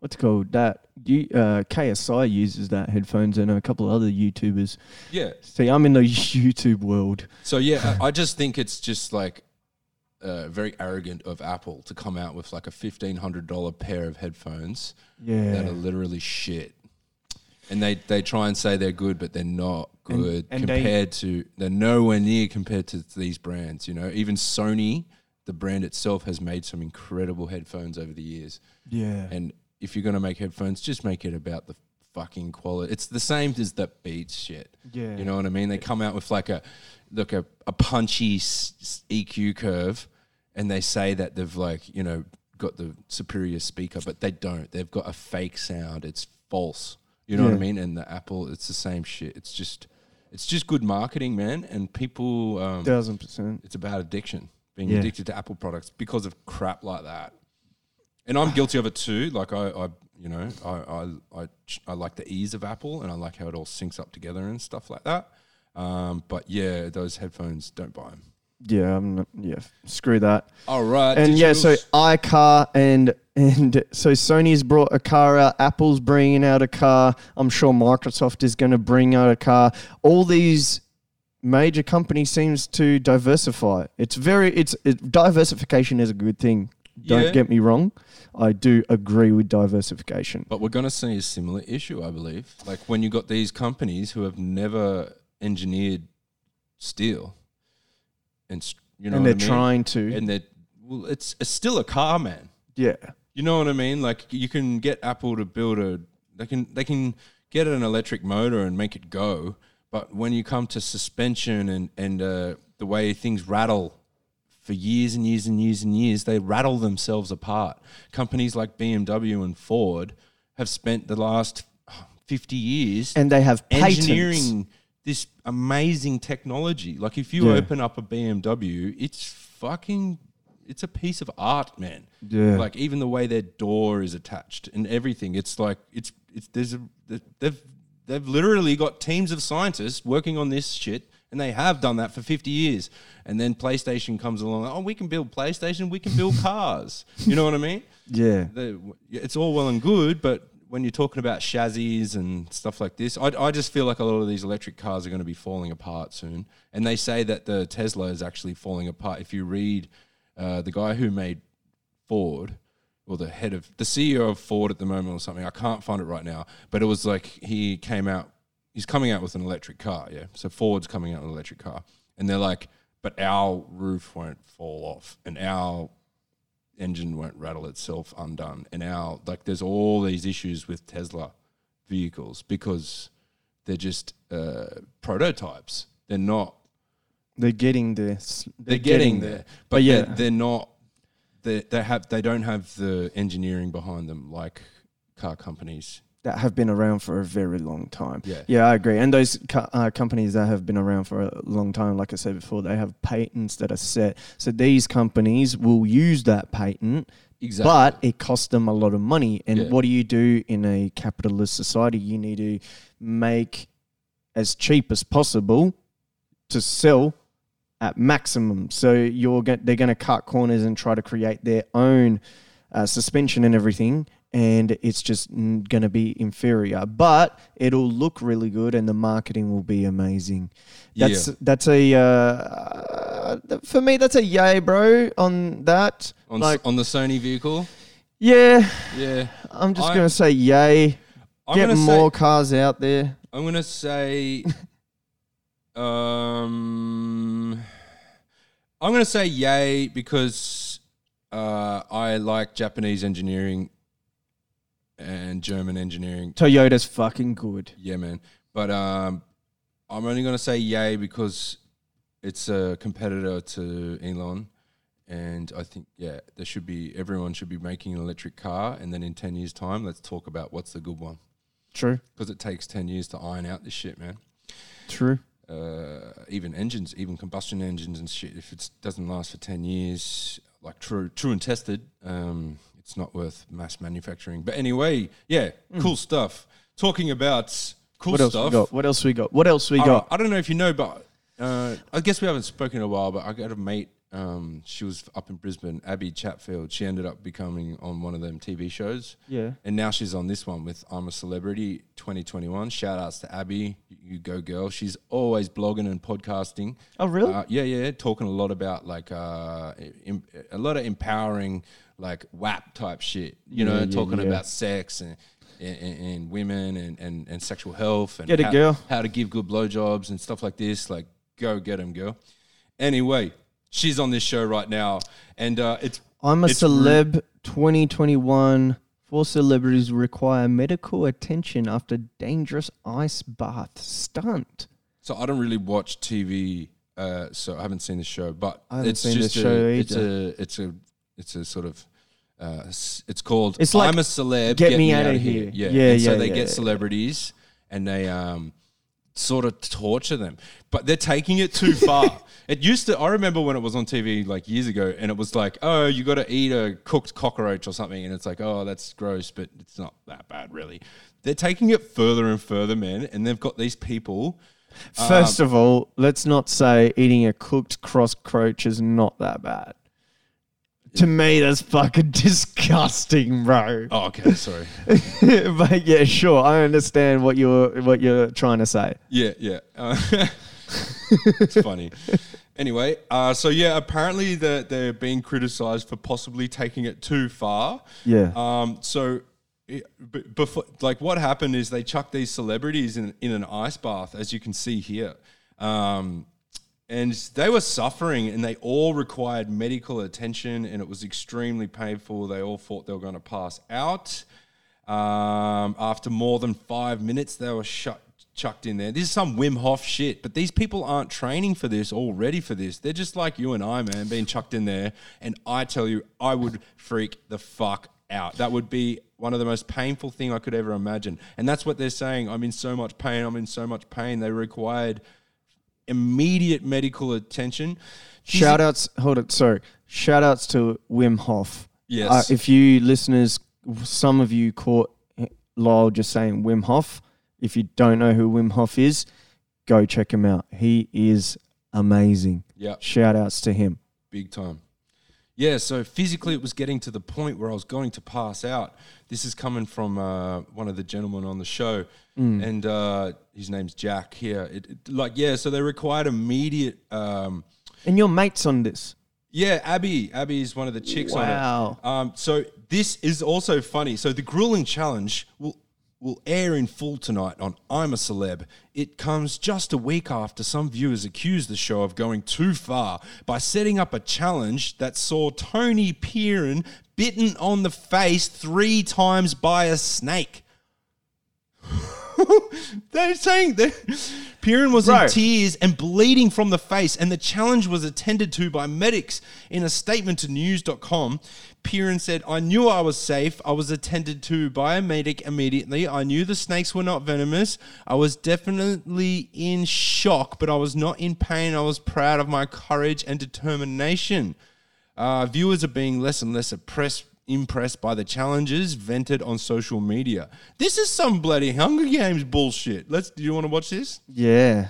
[SPEAKER 1] what's it called that? You, uh, KSI uses that headphones, and a couple of other YouTubers.
[SPEAKER 2] Yeah.
[SPEAKER 1] See, I'm in the YouTube world.
[SPEAKER 2] So yeah, I I just think it's just like uh, very arrogant of Apple to come out with like a fifteen hundred dollar pair of headphones that
[SPEAKER 1] Yeah,
[SPEAKER 2] are literally shit. And they, they try and say they're good, but they're not
[SPEAKER 1] And-
[SPEAKER 2] good
[SPEAKER 1] and they-
[SPEAKER 2] compared to they're nowhere near compared to these brands. You know, even Sony, the brand itself, has made some incredible headphones over the years.
[SPEAKER 1] yeah.
[SPEAKER 2] And if you're gonna make headphones, just make it about the fucking quality. It's the same as the Beats shit.
[SPEAKER 1] Yeah.
[SPEAKER 2] You know what I mean? They come out with like a look a, a punchy s- s- EQ curve, and they say that they've like you know got the superior speaker, but they don't. They've got a fake sound. It's false. You know what I
[SPEAKER 1] Yeah.
[SPEAKER 2] mean? And the Apple, it's the same shit. It's just it's just good marketing, man. And people, um,
[SPEAKER 1] Thousand percent.
[SPEAKER 2] it's about addiction, being
[SPEAKER 1] Yeah.
[SPEAKER 2] addicted to Apple products because of crap like that. And I'm guilty of it too. Like I, I you know, I, I, I, ch- I like the ease of Apple, and I like how it all syncs up together and stuff like that. Um, but yeah, those headphones, don't buy them.
[SPEAKER 1] Yeah, I'm not, yeah. Screw that.
[SPEAKER 2] All right,
[SPEAKER 1] and yeah, so
[SPEAKER 2] Uh, digitals.
[SPEAKER 1] iCar and and so Sony's brought a car out, Apple's bringing out a car. I'm sure Microsoft is going to bring out a car. All these major companies seems to diversify. It's very it's it, diversification is a good thing. Don't
[SPEAKER 2] Yeah.
[SPEAKER 1] get me wrong. I do agree with diversification.
[SPEAKER 2] But we're going to see a similar issue, I believe. Like when you got these companies who have never engineered steel, and s- you know,
[SPEAKER 1] and
[SPEAKER 2] what
[SPEAKER 1] they're
[SPEAKER 2] I
[SPEAKER 1] trying
[SPEAKER 2] mean?
[SPEAKER 1] to.
[SPEAKER 2] and they're well, it's, it's still a car, man.
[SPEAKER 1] yeah.
[SPEAKER 2] You know what I mean? Like you can get Apple to build a they can they can get an electric motor and make it go, but when you come to suspension and and uh, the way things rattle for years and years and years and years, they rattle themselves apart. Companies like BMW and Ford have spent the last 50 years
[SPEAKER 1] And they have patents.
[SPEAKER 2] engineering this amazing technology. Like if you
[SPEAKER 1] Yeah.
[SPEAKER 2] open up a BMW, it's fucking it's a piece of art, man.
[SPEAKER 1] Yeah.
[SPEAKER 2] Like even the way their door is attached and everything, it's like it's it's there's a they've they've literally got teams of scientists working on this shit. And they have done that for 50 years. And then PlayStation comes along. Oh, we can build PlayStation. We can build cars. You know what I mean?
[SPEAKER 1] Yeah.
[SPEAKER 2] the, it's all well and good, but when you're talking about chassis and stuff like this, I, I just feel like a lot of these electric cars are going to be falling apart soon. And they say that the Tesla is actually falling apart. If you read uh, the guy who made Ford, or the head of the CEO of Ford at the moment, or something, I can't find it right now, but it was like he came out, he's coming out with an electric car. Yeah. So Ford's coming out with an electric car. And they're like, but our roof won't fall off and our engine won't rattle itself undone. And our like there's all these issues with Tesla vehicles because they're just uh, prototypes. They're not.
[SPEAKER 1] They're getting there. s-
[SPEAKER 2] They're, getting, there, but
[SPEAKER 1] yeah.
[SPEAKER 2] yeah, they're, they're not. They they have they don't have the engineering behind them like car companies.
[SPEAKER 1] that have been around for a very long time.
[SPEAKER 2] Yeah.
[SPEAKER 1] yeah, I agree. And those co- uh, companies that have been around for a long time, like I said before, they have patents that are set. So these companies will use that patent,
[SPEAKER 2] Exactly.
[SPEAKER 1] but it costs them a lot of money. And
[SPEAKER 2] Yeah.
[SPEAKER 1] what do you do in a capitalist society? You need to make as cheap as possible to sell at maximum. So you're go- they're going to cut corners and try to create their own uh, suspension and everything, and it's just going to be inferior. But it'll look really good, and the marketing will be amazing. That's
[SPEAKER 2] Yeah.
[SPEAKER 1] that's a uh, for me that's a yay, bro. On that,
[SPEAKER 2] On, s-
[SPEAKER 1] like
[SPEAKER 2] on the Sony vehicle,
[SPEAKER 1] yeah,
[SPEAKER 2] yeah,
[SPEAKER 1] I'm just
[SPEAKER 2] I-
[SPEAKER 1] going to say yay.
[SPEAKER 2] I'm
[SPEAKER 1] Get
[SPEAKER 2] gonna say-
[SPEAKER 1] more cars out there.
[SPEAKER 2] I'm gonna say, um, I'm gonna say yay because uh, I like Japanese engineering and German engineering.
[SPEAKER 1] Toyota's fucking good.
[SPEAKER 2] Yeah, man. But um, I'm only gonna say yay because it's a competitor to Elon, and I think yeah, there should be everyone should be making an electric car, and then in ten years' time, let's talk about what's the good one
[SPEAKER 1] True,
[SPEAKER 2] because it takes ten years to iron out this shit, man
[SPEAKER 1] true.
[SPEAKER 2] uh, even engines, even combustion engines and shit, if it doesn't last for 10 years, like true, true and tested, um, it's not worth mass manufacturing. But anyway, yeah, cool stuff. Talking about cool
[SPEAKER 1] Hmm. What else
[SPEAKER 2] stuff.
[SPEAKER 1] we got? What else we got? What else we
[SPEAKER 2] I-
[SPEAKER 1] got?
[SPEAKER 2] I don't know if you know, but uh, I guess we haven't spoken in a while, but I got a mate. Um, she was up in Brisbane, Abby Chatfield. She ended up becoming on one of them TV shows.
[SPEAKER 1] Yeah.
[SPEAKER 2] And now she's on this one with I'm a Celebrity 2021. Shout outs to Abby. You go, girl. She's always blogging and podcasting.
[SPEAKER 1] Oh, really?
[SPEAKER 2] Uh, yeah, yeah. Talking a lot about like uh, em- a lot of empowering, like WAP type shit, you know,
[SPEAKER 1] Yeah, yeah,
[SPEAKER 2] talking
[SPEAKER 1] yeah.
[SPEAKER 2] about sex and. And, and- and women and, and, and sexual health and
[SPEAKER 1] Get it,
[SPEAKER 2] how,
[SPEAKER 1] girl.
[SPEAKER 2] how to give good blowjobs and stuff like this. Like, go get them, girl. Anyway, she's on this show right now, and uh, it's
[SPEAKER 1] I'm a
[SPEAKER 2] it's re-
[SPEAKER 1] celeb 2021. Four celebrities require medical attention after dangerous ice bath stunt.
[SPEAKER 2] So I don't really watch TV, uh, so I haven't seen the show. But
[SPEAKER 1] I haven't
[SPEAKER 2] it's
[SPEAKER 1] seen the
[SPEAKER 2] just a,
[SPEAKER 1] show
[SPEAKER 2] It's
[SPEAKER 1] either.
[SPEAKER 2] a it's a it's a sort of uh, s- it's called
[SPEAKER 1] It's like,
[SPEAKER 2] I'm a celeb.
[SPEAKER 1] "Get me outta
[SPEAKER 2] outta
[SPEAKER 1] here."
[SPEAKER 2] Yeah,
[SPEAKER 1] Yeah,
[SPEAKER 2] And
[SPEAKER 1] yeah,
[SPEAKER 2] So they
[SPEAKER 1] yeah,
[SPEAKER 2] get
[SPEAKER 1] yeah.
[SPEAKER 2] celebrities and they um sort of torture them, but they're taking it too far. it used to. I remember when it was on TV like years ago, and it was like, oh, you got to eat a cooked cockroach or something, and it's like, oh, that's gross, but it's not that bad really. They're taking it further and further, man, and they've got these people. Um,
[SPEAKER 1] First of all, let's not say eating a cooked crosscroach is not that bad. To me, that's fucking disgusting, bro.
[SPEAKER 2] Oh, okay, sorry.
[SPEAKER 1] but yeah, sure, I understand what you're what you're trying to say.
[SPEAKER 2] Yeah, yeah. Uh, it's funny. Anyway, uh, so yeah, apparently they're, they're being criticized for possibly taking it too far.
[SPEAKER 1] Yeah.
[SPEAKER 2] Um, so, it, b- before, like, what happened is they chucked these celebrities in, in an ice bath, as you can see here. Um, and they were suffering and they all required medical attention and it was extremely painful. They all thought they were going to pass out. Um, after more than five minutes, they were shut, chucked in there. This is some Wim Hof shit, but these people aren't training for this, all ready for this. They're just like you and I, man, being chucked in there. And I tell you, I would freak the fuck out. That would be one of the most painful thing I could ever imagine. And that's what they're saying. I'm in so much pain. I'm in so much pain. They required immediate medical attention.
[SPEAKER 1] Shout outs. Hold it. Sorry. Shout outs to Wim Hof.
[SPEAKER 7] Yes.
[SPEAKER 1] Uh, if you listeners, some of you caught Lyle just saying Wim Hof. If you don't know who Wim Hof is, go check him out. He is amazing.
[SPEAKER 2] Yeah.
[SPEAKER 1] Shout outs to him.
[SPEAKER 2] big time. Yeah, so physically it was getting to the point where I was going to pass out. This is coming from uh, one of the gentlemen on the show, and uh, his name's Jack here. It, it- like, yeah, so they required immediate. Um,
[SPEAKER 1] And your mates on this.
[SPEAKER 2] yeah, Abby. Abby is one of the chicks
[SPEAKER 1] Wow.
[SPEAKER 2] on it. Um, so this is also funny. So the grueling challenge will will air in full tonight on I'm a Celeb. It comes just a week after some viewers accused the show of going too far by setting up a challenge that saw Tony Pearon bitten on the face three times by a snake. They're saying that Piran was in
[SPEAKER 1] Right.
[SPEAKER 2] tears and bleeding from the face, and the challenge was attended to by medics. In a statement to news.com, Piran said, I knew I was safe. I was attended to by a medic immediately. I knew the snakes were not venomous. I was definitely in shock, but I was not in pain. I was proud of my courage and determination. Uh, viewers are being less and less oppressed, impressed by the challenges vented on social media. This is some bloody Hunger Games bullshit. Let's. Do you want to watch this?
[SPEAKER 1] Yeah.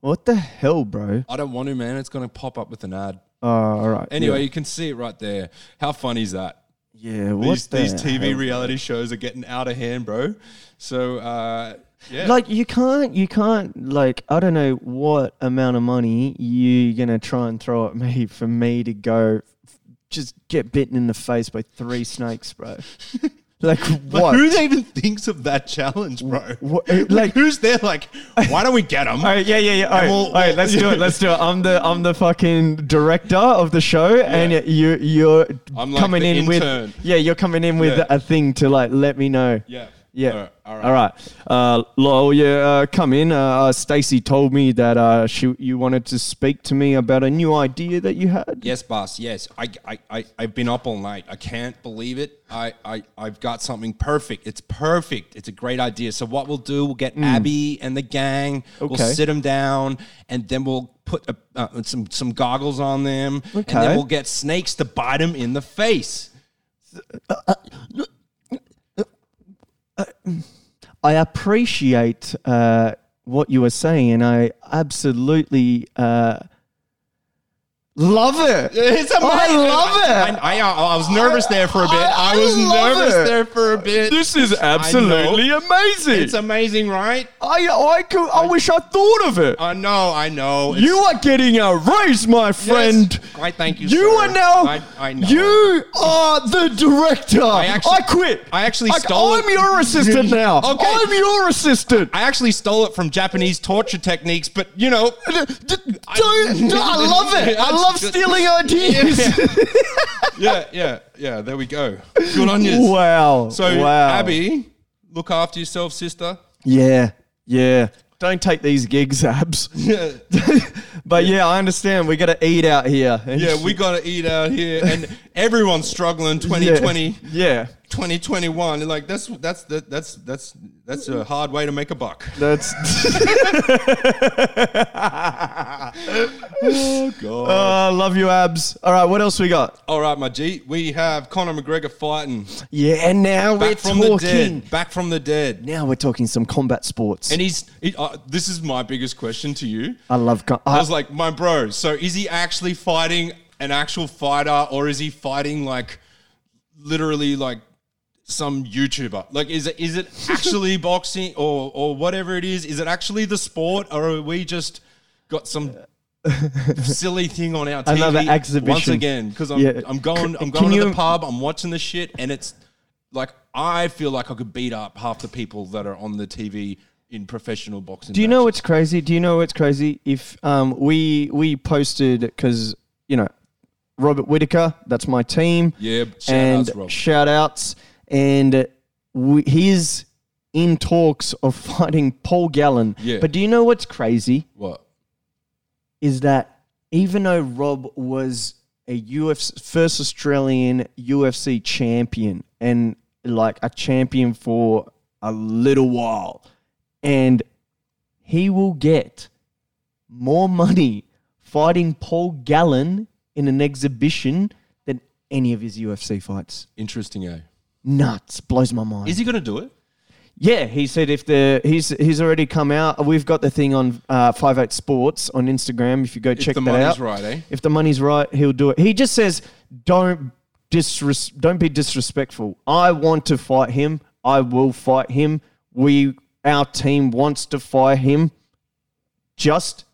[SPEAKER 1] What the hell, bro?
[SPEAKER 2] I don't want to, man. It's going to pop up with an ad.
[SPEAKER 1] Oh, all right.
[SPEAKER 2] Anyway, you can see it right there. How funny is that?
[SPEAKER 1] Yeah. yeah what
[SPEAKER 2] These,
[SPEAKER 1] the
[SPEAKER 2] these TV
[SPEAKER 1] hell?
[SPEAKER 2] reality shows are getting out of hand, bro. So, uh, yeah.
[SPEAKER 1] Like you can't, you can't. Like I don't know what amount of money you're gonna try and throw at me for me to go, f- just get bitten in the face by three snakes, bro. like
[SPEAKER 2] Like,
[SPEAKER 1] what?
[SPEAKER 2] who even thinks of that challenge, bro?
[SPEAKER 1] Wha- uh, like-
[SPEAKER 2] who's there? Like, why don't we get them?
[SPEAKER 1] All right, yeah, yeah, yeah. All right,
[SPEAKER 2] we'll-
[SPEAKER 1] all right, let's do it. Let's do it. I'm the I'm the fucking director of the show, and you you're
[SPEAKER 2] I'm like
[SPEAKER 1] coming
[SPEAKER 2] the
[SPEAKER 1] in
[SPEAKER 2] intern.
[SPEAKER 1] with yeah, you're coming in with
[SPEAKER 2] Yeah.
[SPEAKER 1] a thing to like let me know.
[SPEAKER 2] Yeah.
[SPEAKER 1] Yeah.
[SPEAKER 2] All right.
[SPEAKER 1] All right. Uh, Lowell, yeah, uh, come in. Uh, uh, Stacy told me that uh, she, you wanted to speak to me about a new idea that you had.
[SPEAKER 2] Yes, boss. Yes, I, I, I, I've been up all night. I can't believe it. I, I, I've got something perfect. It's perfect. It's a great idea. So what we'll do, we'll get Abby and the gang. We'll
[SPEAKER 1] Hmm. Okay.
[SPEAKER 2] sit them down, and then we'll put a, uh, some some goggles on them, and
[SPEAKER 1] Okay.
[SPEAKER 2] then we'll get snakes to bite them in the face.
[SPEAKER 1] I appreciate uh, what you were saying, and I absolutely uh, love it.
[SPEAKER 2] It's amazing.
[SPEAKER 1] I love it.
[SPEAKER 2] I, I, I was nervous there for a bit. I,
[SPEAKER 1] I- I
[SPEAKER 2] was
[SPEAKER 1] love
[SPEAKER 2] nervous
[SPEAKER 1] it.
[SPEAKER 2] there for a bit.
[SPEAKER 1] This is absolutely
[SPEAKER 2] it's
[SPEAKER 1] amazing.
[SPEAKER 2] amazing, right?
[SPEAKER 1] I, I, could, I wish I thought of it.
[SPEAKER 2] I know. I know. It's-
[SPEAKER 1] You are getting a raise, my friend.
[SPEAKER 2] I thank you,
[SPEAKER 1] You
[SPEAKER 2] sir.
[SPEAKER 1] are now.
[SPEAKER 2] I- I know.
[SPEAKER 1] You are the director. I,
[SPEAKER 2] actually-
[SPEAKER 1] quit.
[SPEAKER 2] I actually stole
[SPEAKER 1] I'm
[SPEAKER 2] it.
[SPEAKER 1] your assistant now.
[SPEAKER 2] Okay.
[SPEAKER 1] I'm your assistant.
[SPEAKER 2] I actually stole it from Japanese torture techniques, but you know,
[SPEAKER 1] D- d- don't- I love it. I love stealing ideas.
[SPEAKER 2] yeah, yeah, yeah. There we go. Good on you.
[SPEAKER 1] Wow.
[SPEAKER 2] So,
[SPEAKER 1] wow.
[SPEAKER 2] Abby, look after yourself, sister.
[SPEAKER 1] Yeah. Yeah. Don't take these gigs, abs.
[SPEAKER 2] Yeah,
[SPEAKER 1] but yeah, I understand. We got to eat out here.
[SPEAKER 2] yeah. We gotta eat out here, and everyone's struggling. 2020,
[SPEAKER 1] Yeah. yeah.
[SPEAKER 2] 2021. Like that's that's that, that's that's that's a hard way to make a buck.
[SPEAKER 1] That's.
[SPEAKER 2] Oh God.
[SPEAKER 1] Uh, love you, abs. All right, what else we got?
[SPEAKER 2] All right, my G. We have Conor McGregor fighting
[SPEAKER 1] Yeah, and now
[SPEAKER 2] back
[SPEAKER 1] we're
[SPEAKER 2] from
[SPEAKER 1] talking.
[SPEAKER 2] the dead. Back from the dead.
[SPEAKER 1] Now we're talking some combat sports.
[SPEAKER 2] And he's. He, uh, this is my biggest question to you.
[SPEAKER 1] I love. Com-
[SPEAKER 2] I was like, my bro, so is he actually fighting an actual fighter or is he fighting like literally like some YouTuber? Like is it is it actually boxing or or whatever it is? Is it actually the sport or are we just got some silly thing on our TV
[SPEAKER 1] Another exhibition.
[SPEAKER 2] once again? Because I'm
[SPEAKER 1] Yeah.
[SPEAKER 2] I'm going
[SPEAKER 1] Can
[SPEAKER 2] I'm going to
[SPEAKER 1] you-
[SPEAKER 2] the pub, I'm watching the shit and it's like I feel like I could beat up half the people that are on the TV in professional boxing.
[SPEAKER 1] Do you know
[SPEAKER 2] matches.
[SPEAKER 1] what's crazy? Do you know what's crazy? If um, we we posted because you know Robert Whitaker, that's my team.
[SPEAKER 2] Yeah, shout
[SPEAKER 1] and
[SPEAKER 2] outs, Rob.
[SPEAKER 1] shout outs, and we, he's in talks of fighting Paul Gallen.
[SPEAKER 2] Yeah.
[SPEAKER 1] But do you know what's crazy?
[SPEAKER 2] what?
[SPEAKER 1] is that even though Rob was a UFC first Australian UFC champion and like a champion for a little while, and he will get more money fighting Paul Gallen in an exhibition than any of his UFC fights.
[SPEAKER 2] Interesting, eh?
[SPEAKER 1] Nuts. Blows my mind.
[SPEAKER 8] Is he going to do it?
[SPEAKER 1] Yeah, he said if the he's he's already come out. We've got the thing on uh, Five Eight Sports on Instagram. If you go check
[SPEAKER 2] the
[SPEAKER 1] that
[SPEAKER 2] money's
[SPEAKER 1] out,
[SPEAKER 2] right, eh?
[SPEAKER 1] If the money's right, he'll do it. He just says don't disres- don't be disrespectful. I want to fight him. I will fight him. We our team wants to fight him. Just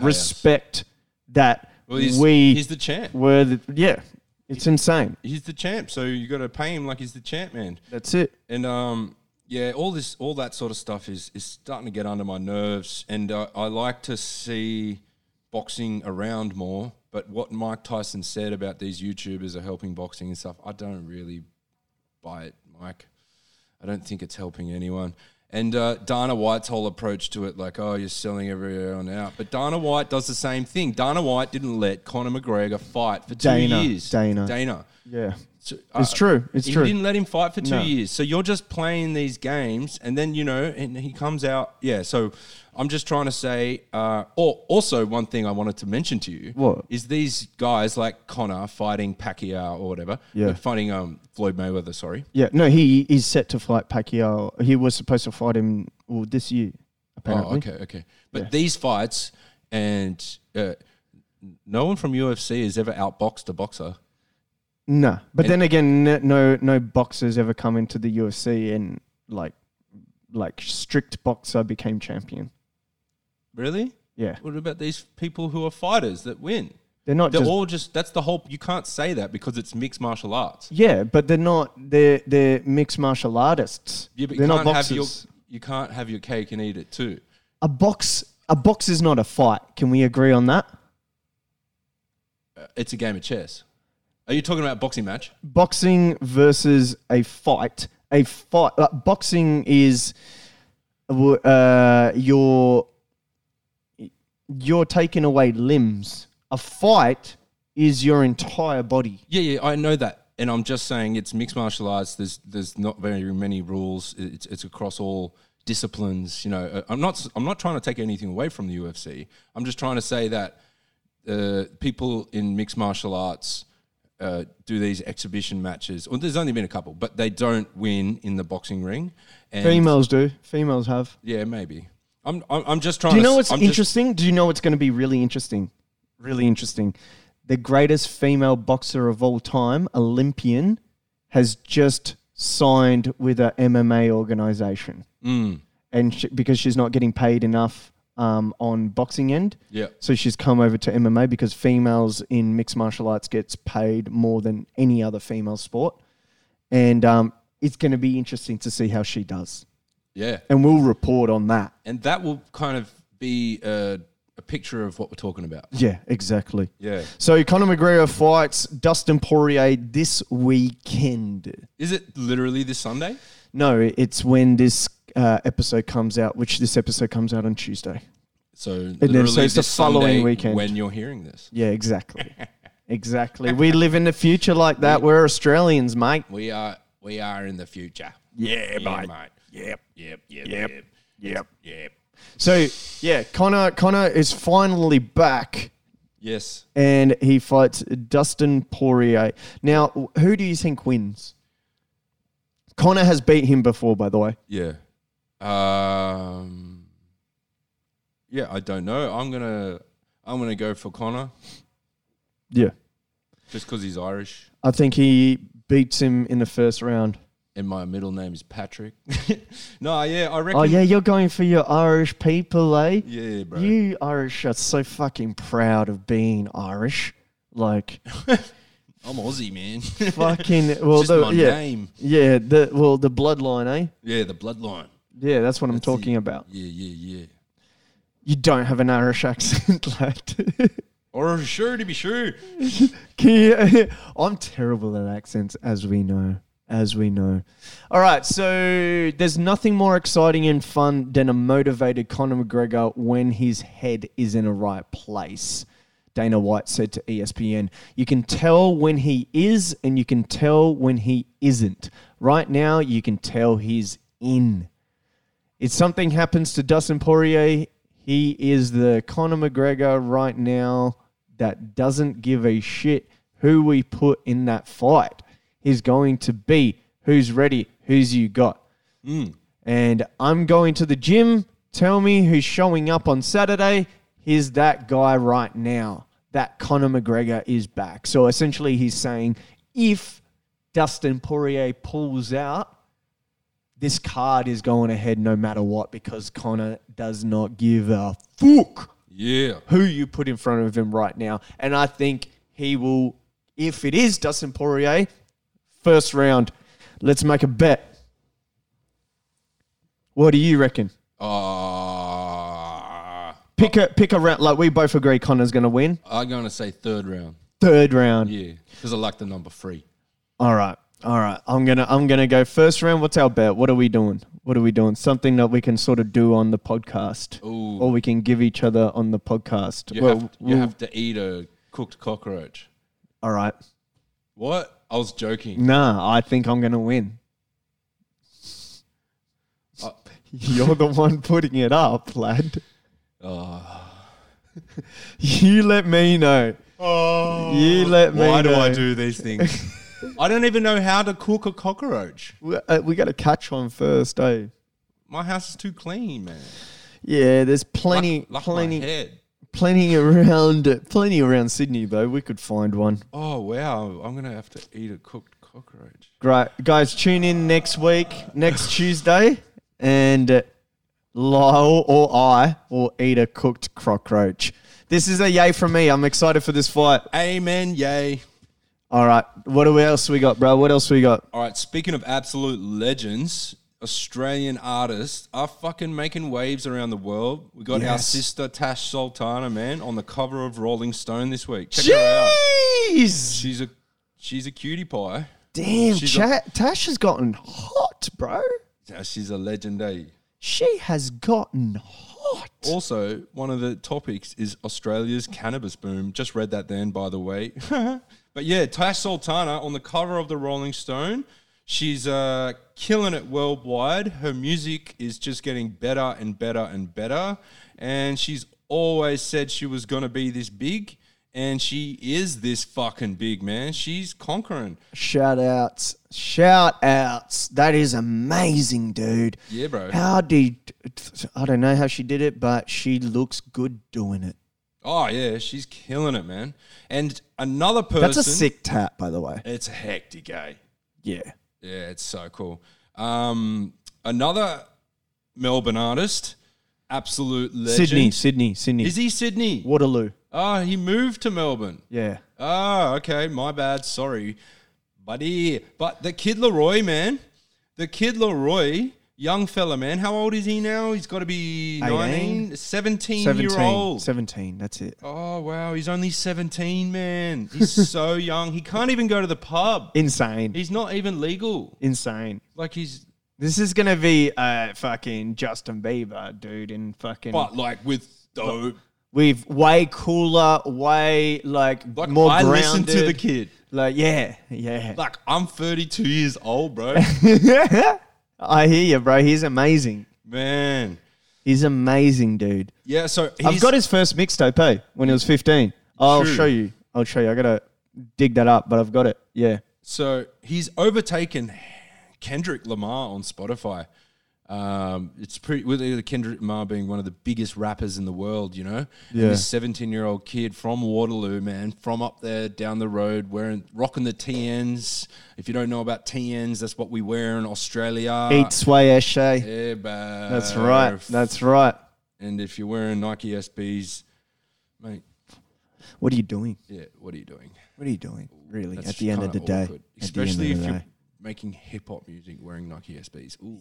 [SPEAKER 1] respect that
[SPEAKER 2] Well, he's,
[SPEAKER 1] we
[SPEAKER 2] he's the champ.
[SPEAKER 1] were the, yeah. It's insane.
[SPEAKER 2] He's the champ, so you got to pay him like he's the champ, man.
[SPEAKER 1] That's it.
[SPEAKER 2] And um, yeah, all this, all that sort of stuff is is starting to get under my nerves, and uh, I like to see boxing around more. But what Mike Tyson said about these YouTubers are helping boxing and stuff, I don't really buy it, Mike. I don't think it's helping anyone. And uh, Dana White's whole approach to it, like, oh, you're selling everyone out. But Dana White does the same thing. Dana White didn't let Conor McGregor fight for two
[SPEAKER 1] Dana,
[SPEAKER 2] years.
[SPEAKER 1] Dana.
[SPEAKER 2] Dana.
[SPEAKER 1] Yeah.
[SPEAKER 2] So,
[SPEAKER 1] It's true. It's
[SPEAKER 2] uh, he
[SPEAKER 1] true.
[SPEAKER 2] didn't let him fight for two
[SPEAKER 1] No.
[SPEAKER 2] years. So you're just playing these games, and then you know, and he comes out. Yeah. So I'm just trying to say. Uh, or also one thing I wanted to mention to you.
[SPEAKER 1] What?
[SPEAKER 2] is these guys like Connor fighting Pacquiao or whatever?
[SPEAKER 1] Yeah.
[SPEAKER 2] uh, Fighting um Floyd Mayweather. Sorry.
[SPEAKER 1] Yeah, no, he is set to fight Pacquiao. He was supposed to fight him well, this year, apparently.
[SPEAKER 2] Oh, okay, okay. But these fights and. Uh, no one from UFC has ever outboxed a boxer.
[SPEAKER 1] No, but then again, n- no, no boxers ever come into the UFC and like, like strict boxer became champion.
[SPEAKER 2] Really?
[SPEAKER 1] Yeah,
[SPEAKER 2] What about these people who are fighters that win?
[SPEAKER 1] they're not
[SPEAKER 2] They're
[SPEAKER 1] just
[SPEAKER 2] all just that's the whole. You can't say that because it's mixed martial arts.
[SPEAKER 1] yeah, but they're not they're they're mixed martial artists.
[SPEAKER 2] Yeah, but
[SPEAKER 1] they're
[SPEAKER 2] you
[SPEAKER 1] not
[SPEAKER 2] can't
[SPEAKER 1] boxers.
[SPEAKER 2] have your you can't have your cake and eat it too.
[SPEAKER 1] a box a box is not a fight. Can we agree on that?
[SPEAKER 2] Uh, It's a game of chess. Are you talking about boxing match?
[SPEAKER 1] boxing versus a fight. A fight. Uh, boxing is uh, your you're taking away limbs. A fight is your entire body.
[SPEAKER 2] Yeah, yeah, I know that, and I'm just saying it's mixed martial arts. There's there's not very many rules. It's it's across all disciplines. You know, Uh, I'm not s- I'm not trying to take anything away from the UFC. I'm just trying to say that uh, people in mixed martial arts uh, do these exhibition matches. Well, there's only been a couple, but they don't win in the boxing ring. And
[SPEAKER 1] Females do. Females have.
[SPEAKER 2] Yeah, maybe. I'm I'm, I'm just trying.
[SPEAKER 1] Do you
[SPEAKER 2] to
[SPEAKER 1] know
[SPEAKER 2] s-
[SPEAKER 1] what's
[SPEAKER 2] I'm just-
[SPEAKER 1] interesting? Do you know what's going to be really interesting? Really interesting. The greatest female boxer of all time, Olympian, has just signed with a MMA organization.
[SPEAKER 2] Hmm.
[SPEAKER 1] And she, because she's not getting paid enough um, on boxing end,
[SPEAKER 2] Yeah.
[SPEAKER 1] so she's come over to MMA because females in mixed martial arts gets paid more than any other female sport, and um, it's going to be interesting to see how she does,
[SPEAKER 2] Yeah,
[SPEAKER 1] and we'll report on that.
[SPEAKER 2] and that will kind of be a, a picture of what we're talking about.
[SPEAKER 1] Yeah, exactly.
[SPEAKER 2] Yeah.
[SPEAKER 1] So Conor McGregor fights Dustin Poirier this weekend.
[SPEAKER 2] Is it literally this Sunday?
[SPEAKER 1] No, it's when this uh, episode comes out, which this episode comes out on Tuesday.
[SPEAKER 2] So
[SPEAKER 1] then-
[SPEAKER 2] literally
[SPEAKER 1] so it's the
[SPEAKER 2] this
[SPEAKER 1] following
[SPEAKER 2] Sunday
[SPEAKER 1] weekend.
[SPEAKER 2] when you're hearing this.
[SPEAKER 1] Yeah, exactly. exactly. We live in the future like that. We're Australians, mate.
[SPEAKER 2] We are we are in the future. Yeah, mate. Yep. Yep. Yep. Yep. Yep. Yep.
[SPEAKER 1] So yeah, Conor Conor is finally back
[SPEAKER 2] Yes.
[SPEAKER 1] and he fights Dustin Poirier. Now, wh- who do you think wins? Conor has beat him before, by the way.
[SPEAKER 2] Yeah. Um. Yeah, I don't know. I'm gonna I'm gonna go for Connor
[SPEAKER 1] Yeah.
[SPEAKER 2] just because he's Irish
[SPEAKER 1] I think he beats him in the first round.
[SPEAKER 2] and my middle name is Patrick. no, yeah, I reckon.
[SPEAKER 1] Oh yeah, you're going for your Irish people, eh?
[SPEAKER 2] Yeah, bro.
[SPEAKER 1] You Irish are so fucking proud of being Irish. Like
[SPEAKER 2] I'm Aussie, man.
[SPEAKER 1] fucking well
[SPEAKER 2] Just
[SPEAKER 1] the,
[SPEAKER 2] my
[SPEAKER 1] yeah,
[SPEAKER 2] name.
[SPEAKER 1] Yeah, the well the bloodline, eh?
[SPEAKER 2] Yeah, the bloodline.
[SPEAKER 1] Yeah, that's what I'm talking
[SPEAKER 2] it.
[SPEAKER 1] about.
[SPEAKER 2] Yeah, yeah, yeah.
[SPEAKER 1] You don't have an Irish accent, lad.
[SPEAKER 2] Or sure to be sure.
[SPEAKER 1] Can you- I'm terrible at accents, as we know. As we know. All right, so there's nothing more exciting and fun than a motivated Conor McGregor when his head is in a right place. Dana White said to E ESPN, You can tell when he is and you can tell when he isn't. Right now, you can tell he's in. If something happens to Dustin Poirier, He is the Conor McGregor right now that doesn't give a shit who we put in that fight. He's going to be who's ready, who's you got. And I'm going to the gym. Tell me who's showing up on Saturday. Here's that guy right now. That Conor McGregor is back. So essentially, he's saying if Dustin Poirier pulls out, this card is going ahead no matter what because Connor does not give a fuck
[SPEAKER 2] Yeah.
[SPEAKER 1] who you put in front of him right now. And I think he will, if it is Dustin Poirier, first round, let's make a bet. What do you reckon?
[SPEAKER 2] Uh,
[SPEAKER 1] Pick a pick a round. Like we both agree, Connor's going to win.
[SPEAKER 2] I'm going to say third round.
[SPEAKER 1] Third round.
[SPEAKER 2] Yeah. Because I like the number three.
[SPEAKER 1] All right, all right. I'm gonna I'm gonna go first round. What's our bet? What are we doing? What are we doing? Something that we can sort of do on the podcast,
[SPEAKER 2] Ooh.
[SPEAKER 1] or we can give each other on the podcast.
[SPEAKER 2] You,
[SPEAKER 1] Well,
[SPEAKER 2] have, you
[SPEAKER 1] we'll-
[SPEAKER 2] have to eat a cooked cockroach.
[SPEAKER 1] all right.
[SPEAKER 2] What? I was joking.
[SPEAKER 1] Nah, I think I'm gonna win.
[SPEAKER 2] Uh,
[SPEAKER 1] You're the one putting it up, lad.
[SPEAKER 2] uh,
[SPEAKER 1] You let me know.
[SPEAKER 9] Oh,
[SPEAKER 1] You let me
[SPEAKER 9] Why do I
[SPEAKER 1] know.
[SPEAKER 9] do these things? I don't even know how to cook a cockroach.
[SPEAKER 1] We, uh, we got to catch one first, eh?
[SPEAKER 2] my house is too clean, man.
[SPEAKER 1] Yeah, there's plenty,
[SPEAKER 2] Like- like my
[SPEAKER 1] plenty,
[SPEAKER 2] head.
[SPEAKER 1] plenty around, plenty around Sydney though. We could find one.
[SPEAKER 2] Oh wow! I'm gonna have to eat a cooked cockroach.
[SPEAKER 1] Great. Guys, tune in next week, next Tuesday, and uh, Lyle or I will eat a cooked cockroach. This is a yay from me. I'm excited for this fight.
[SPEAKER 2] Amen. Yay.
[SPEAKER 1] All right. What do we- else we got, bro? What else we got?
[SPEAKER 2] All right. Speaking of absolute legends, Australian artists are fucking making waves around the world. We got our
[SPEAKER 1] Yes.
[SPEAKER 2] sister Tash Sultana, man, on the cover of Rolling Stone this week. Check her out.
[SPEAKER 1] Jeez.
[SPEAKER 2] She's a she's a cutie pie.
[SPEAKER 1] Damn,
[SPEAKER 2] She's
[SPEAKER 1] Cha- Tash has gotten hot, bro.
[SPEAKER 2] Yeah, She's a legend, eh?
[SPEAKER 1] She has gotten hot.
[SPEAKER 2] Also, one of the topics is Australia's cannabis boom. Just read that then, by the way. but yeah, Tash Sultana on the cover of the Rolling Stone. She's uh, killing it worldwide. Her music is just getting better and better and better. And she's always said she was going to be this big. And she is this fucking big, man. She's conquering.
[SPEAKER 1] Shout outs. Shout outs. That is amazing, dude.
[SPEAKER 2] Yeah, bro.
[SPEAKER 1] How did I don't know how she did it, but she looks good doing it.
[SPEAKER 2] Oh, yeah, she's killing it, man. And another person.
[SPEAKER 1] That's a sick tap, by the way.
[SPEAKER 2] It's hectic, eh?
[SPEAKER 1] Yeah.
[SPEAKER 2] Yeah, it's so cool. Um, another Melbourne artist, absolute legend.
[SPEAKER 1] Sydney, Sydney, Sydney.
[SPEAKER 2] Is he Sydney?
[SPEAKER 1] Waterloo.
[SPEAKER 2] Oh, he moved to Melbourne.
[SPEAKER 1] Yeah.
[SPEAKER 2] Oh, okay. My bad. Sorry, buddy. But the kid Leroy, man. The kid Leroy, young fella, man. How old is he now? He's got to be 19, 17,
[SPEAKER 1] 17.
[SPEAKER 2] year old.
[SPEAKER 1] 17. That's it.
[SPEAKER 2] Oh, wow. He's only 17, man. He's so young. He can't even go to the pub.
[SPEAKER 1] Insane.
[SPEAKER 2] He's not even legal.
[SPEAKER 1] Insane.
[SPEAKER 2] Like, he's
[SPEAKER 1] This is gonna be uh fucking Justin Bieber, dude, in fucking
[SPEAKER 2] but like with dope.
[SPEAKER 1] We've way cooler, way like,
[SPEAKER 2] Like
[SPEAKER 1] more
[SPEAKER 2] I
[SPEAKER 1] grounded.
[SPEAKER 2] listen to the kid.
[SPEAKER 1] Like yeah, yeah.
[SPEAKER 2] Like I'm 32 years old, bro.
[SPEAKER 1] I hear you, bro. He's amazing.
[SPEAKER 2] Man,
[SPEAKER 1] He's amazing, dude.
[SPEAKER 2] yeah. So he's,
[SPEAKER 1] I've got his first mixtape eh, when he was fifteen. I'll
[SPEAKER 2] True.
[SPEAKER 1] show you. I'll show you. I gotta dig that up, but I've got it. Yeah.
[SPEAKER 2] so he's overtaken Kendrick Lamar on Spotify. Um, it's pretty with the Kendrick Lamar being one of the biggest rappers in the world, you know. And
[SPEAKER 1] Yeah.
[SPEAKER 2] this 17 year old kid from Waterloo, man, from up there down the road, wearing rocking the TNs. If you don't know about TNs, that's what we wear in Australia.
[SPEAKER 1] Eat Sway Ashay.
[SPEAKER 2] Uh, Yeah, bruv.
[SPEAKER 1] That's right. That's right.
[SPEAKER 2] And if you're wearing Nike SBs, mate,
[SPEAKER 1] What are you doing?
[SPEAKER 2] yeah, what are you doing?
[SPEAKER 1] What are you doing? Really?
[SPEAKER 2] That's
[SPEAKER 1] at the end of
[SPEAKER 2] kinda
[SPEAKER 1] the day.
[SPEAKER 2] awkward.
[SPEAKER 1] At the end of
[SPEAKER 2] especially
[SPEAKER 1] the
[SPEAKER 2] if you're
[SPEAKER 1] day.
[SPEAKER 2] making hip hop music wearing Nike SBs. Ooh,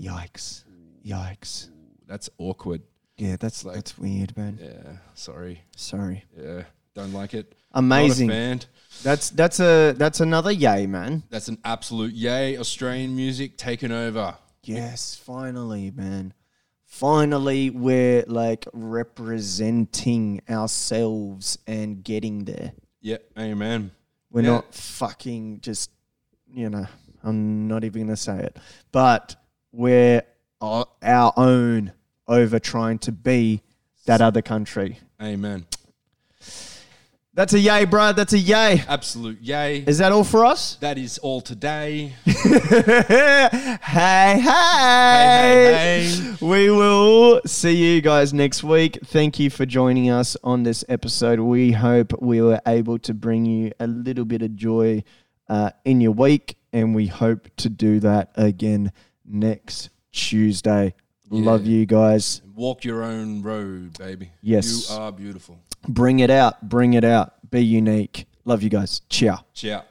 [SPEAKER 1] Yikes. Yikes.
[SPEAKER 2] that's awkward.
[SPEAKER 1] Yeah, that's
[SPEAKER 2] like-
[SPEAKER 1] that's weird, man.
[SPEAKER 2] Yeah, sorry.
[SPEAKER 1] Sorry.
[SPEAKER 2] Yeah, don't like it.
[SPEAKER 1] Amazing.
[SPEAKER 2] Not a fan.
[SPEAKER 1] That's that's a that's another yay, man.
[SPEAKER 2] That's an absolute yay. Australian music taken over.
[SPEAKER 1] Yes, finally, man. Finally, we're like representing ourselves and getting there.
[SPEAKER 2] Yeah, amen.
[SPEAKER 1] We're
[SPEAKER 2] Yeah.
[SPEAKER 1] not fucking just, you know, I'm not even going to say it, but we're our, our own
[SPEAKER 10] over trying to be that other country.
[SPEAKER 2] Amen.
[SPEAKER 1] That's a yay, bro. That's a yay.
[SPEAKER 2] Absolute yay.
[SPEAKER 1] Is that all for us?
[SPEAKER 2] that is all today.
[SPEAKER 1] Hey, hey. We will see you guys next week. Thank you for joining us on this episode. We hope we were able to bring you a little bit of joy uh, in your week, and we hope to do that again next Tuesday. Love you guys.
[SPEAKER 2] Walk your own road, baby.
[SPEAKER 1] Yes.
[SPEAKER 2] You are beautiful.
[SPEAKER 1] Bring it out. Bring it out. Be unique. Love you guys. Ciao.
[SPEAKER 2] Ciao.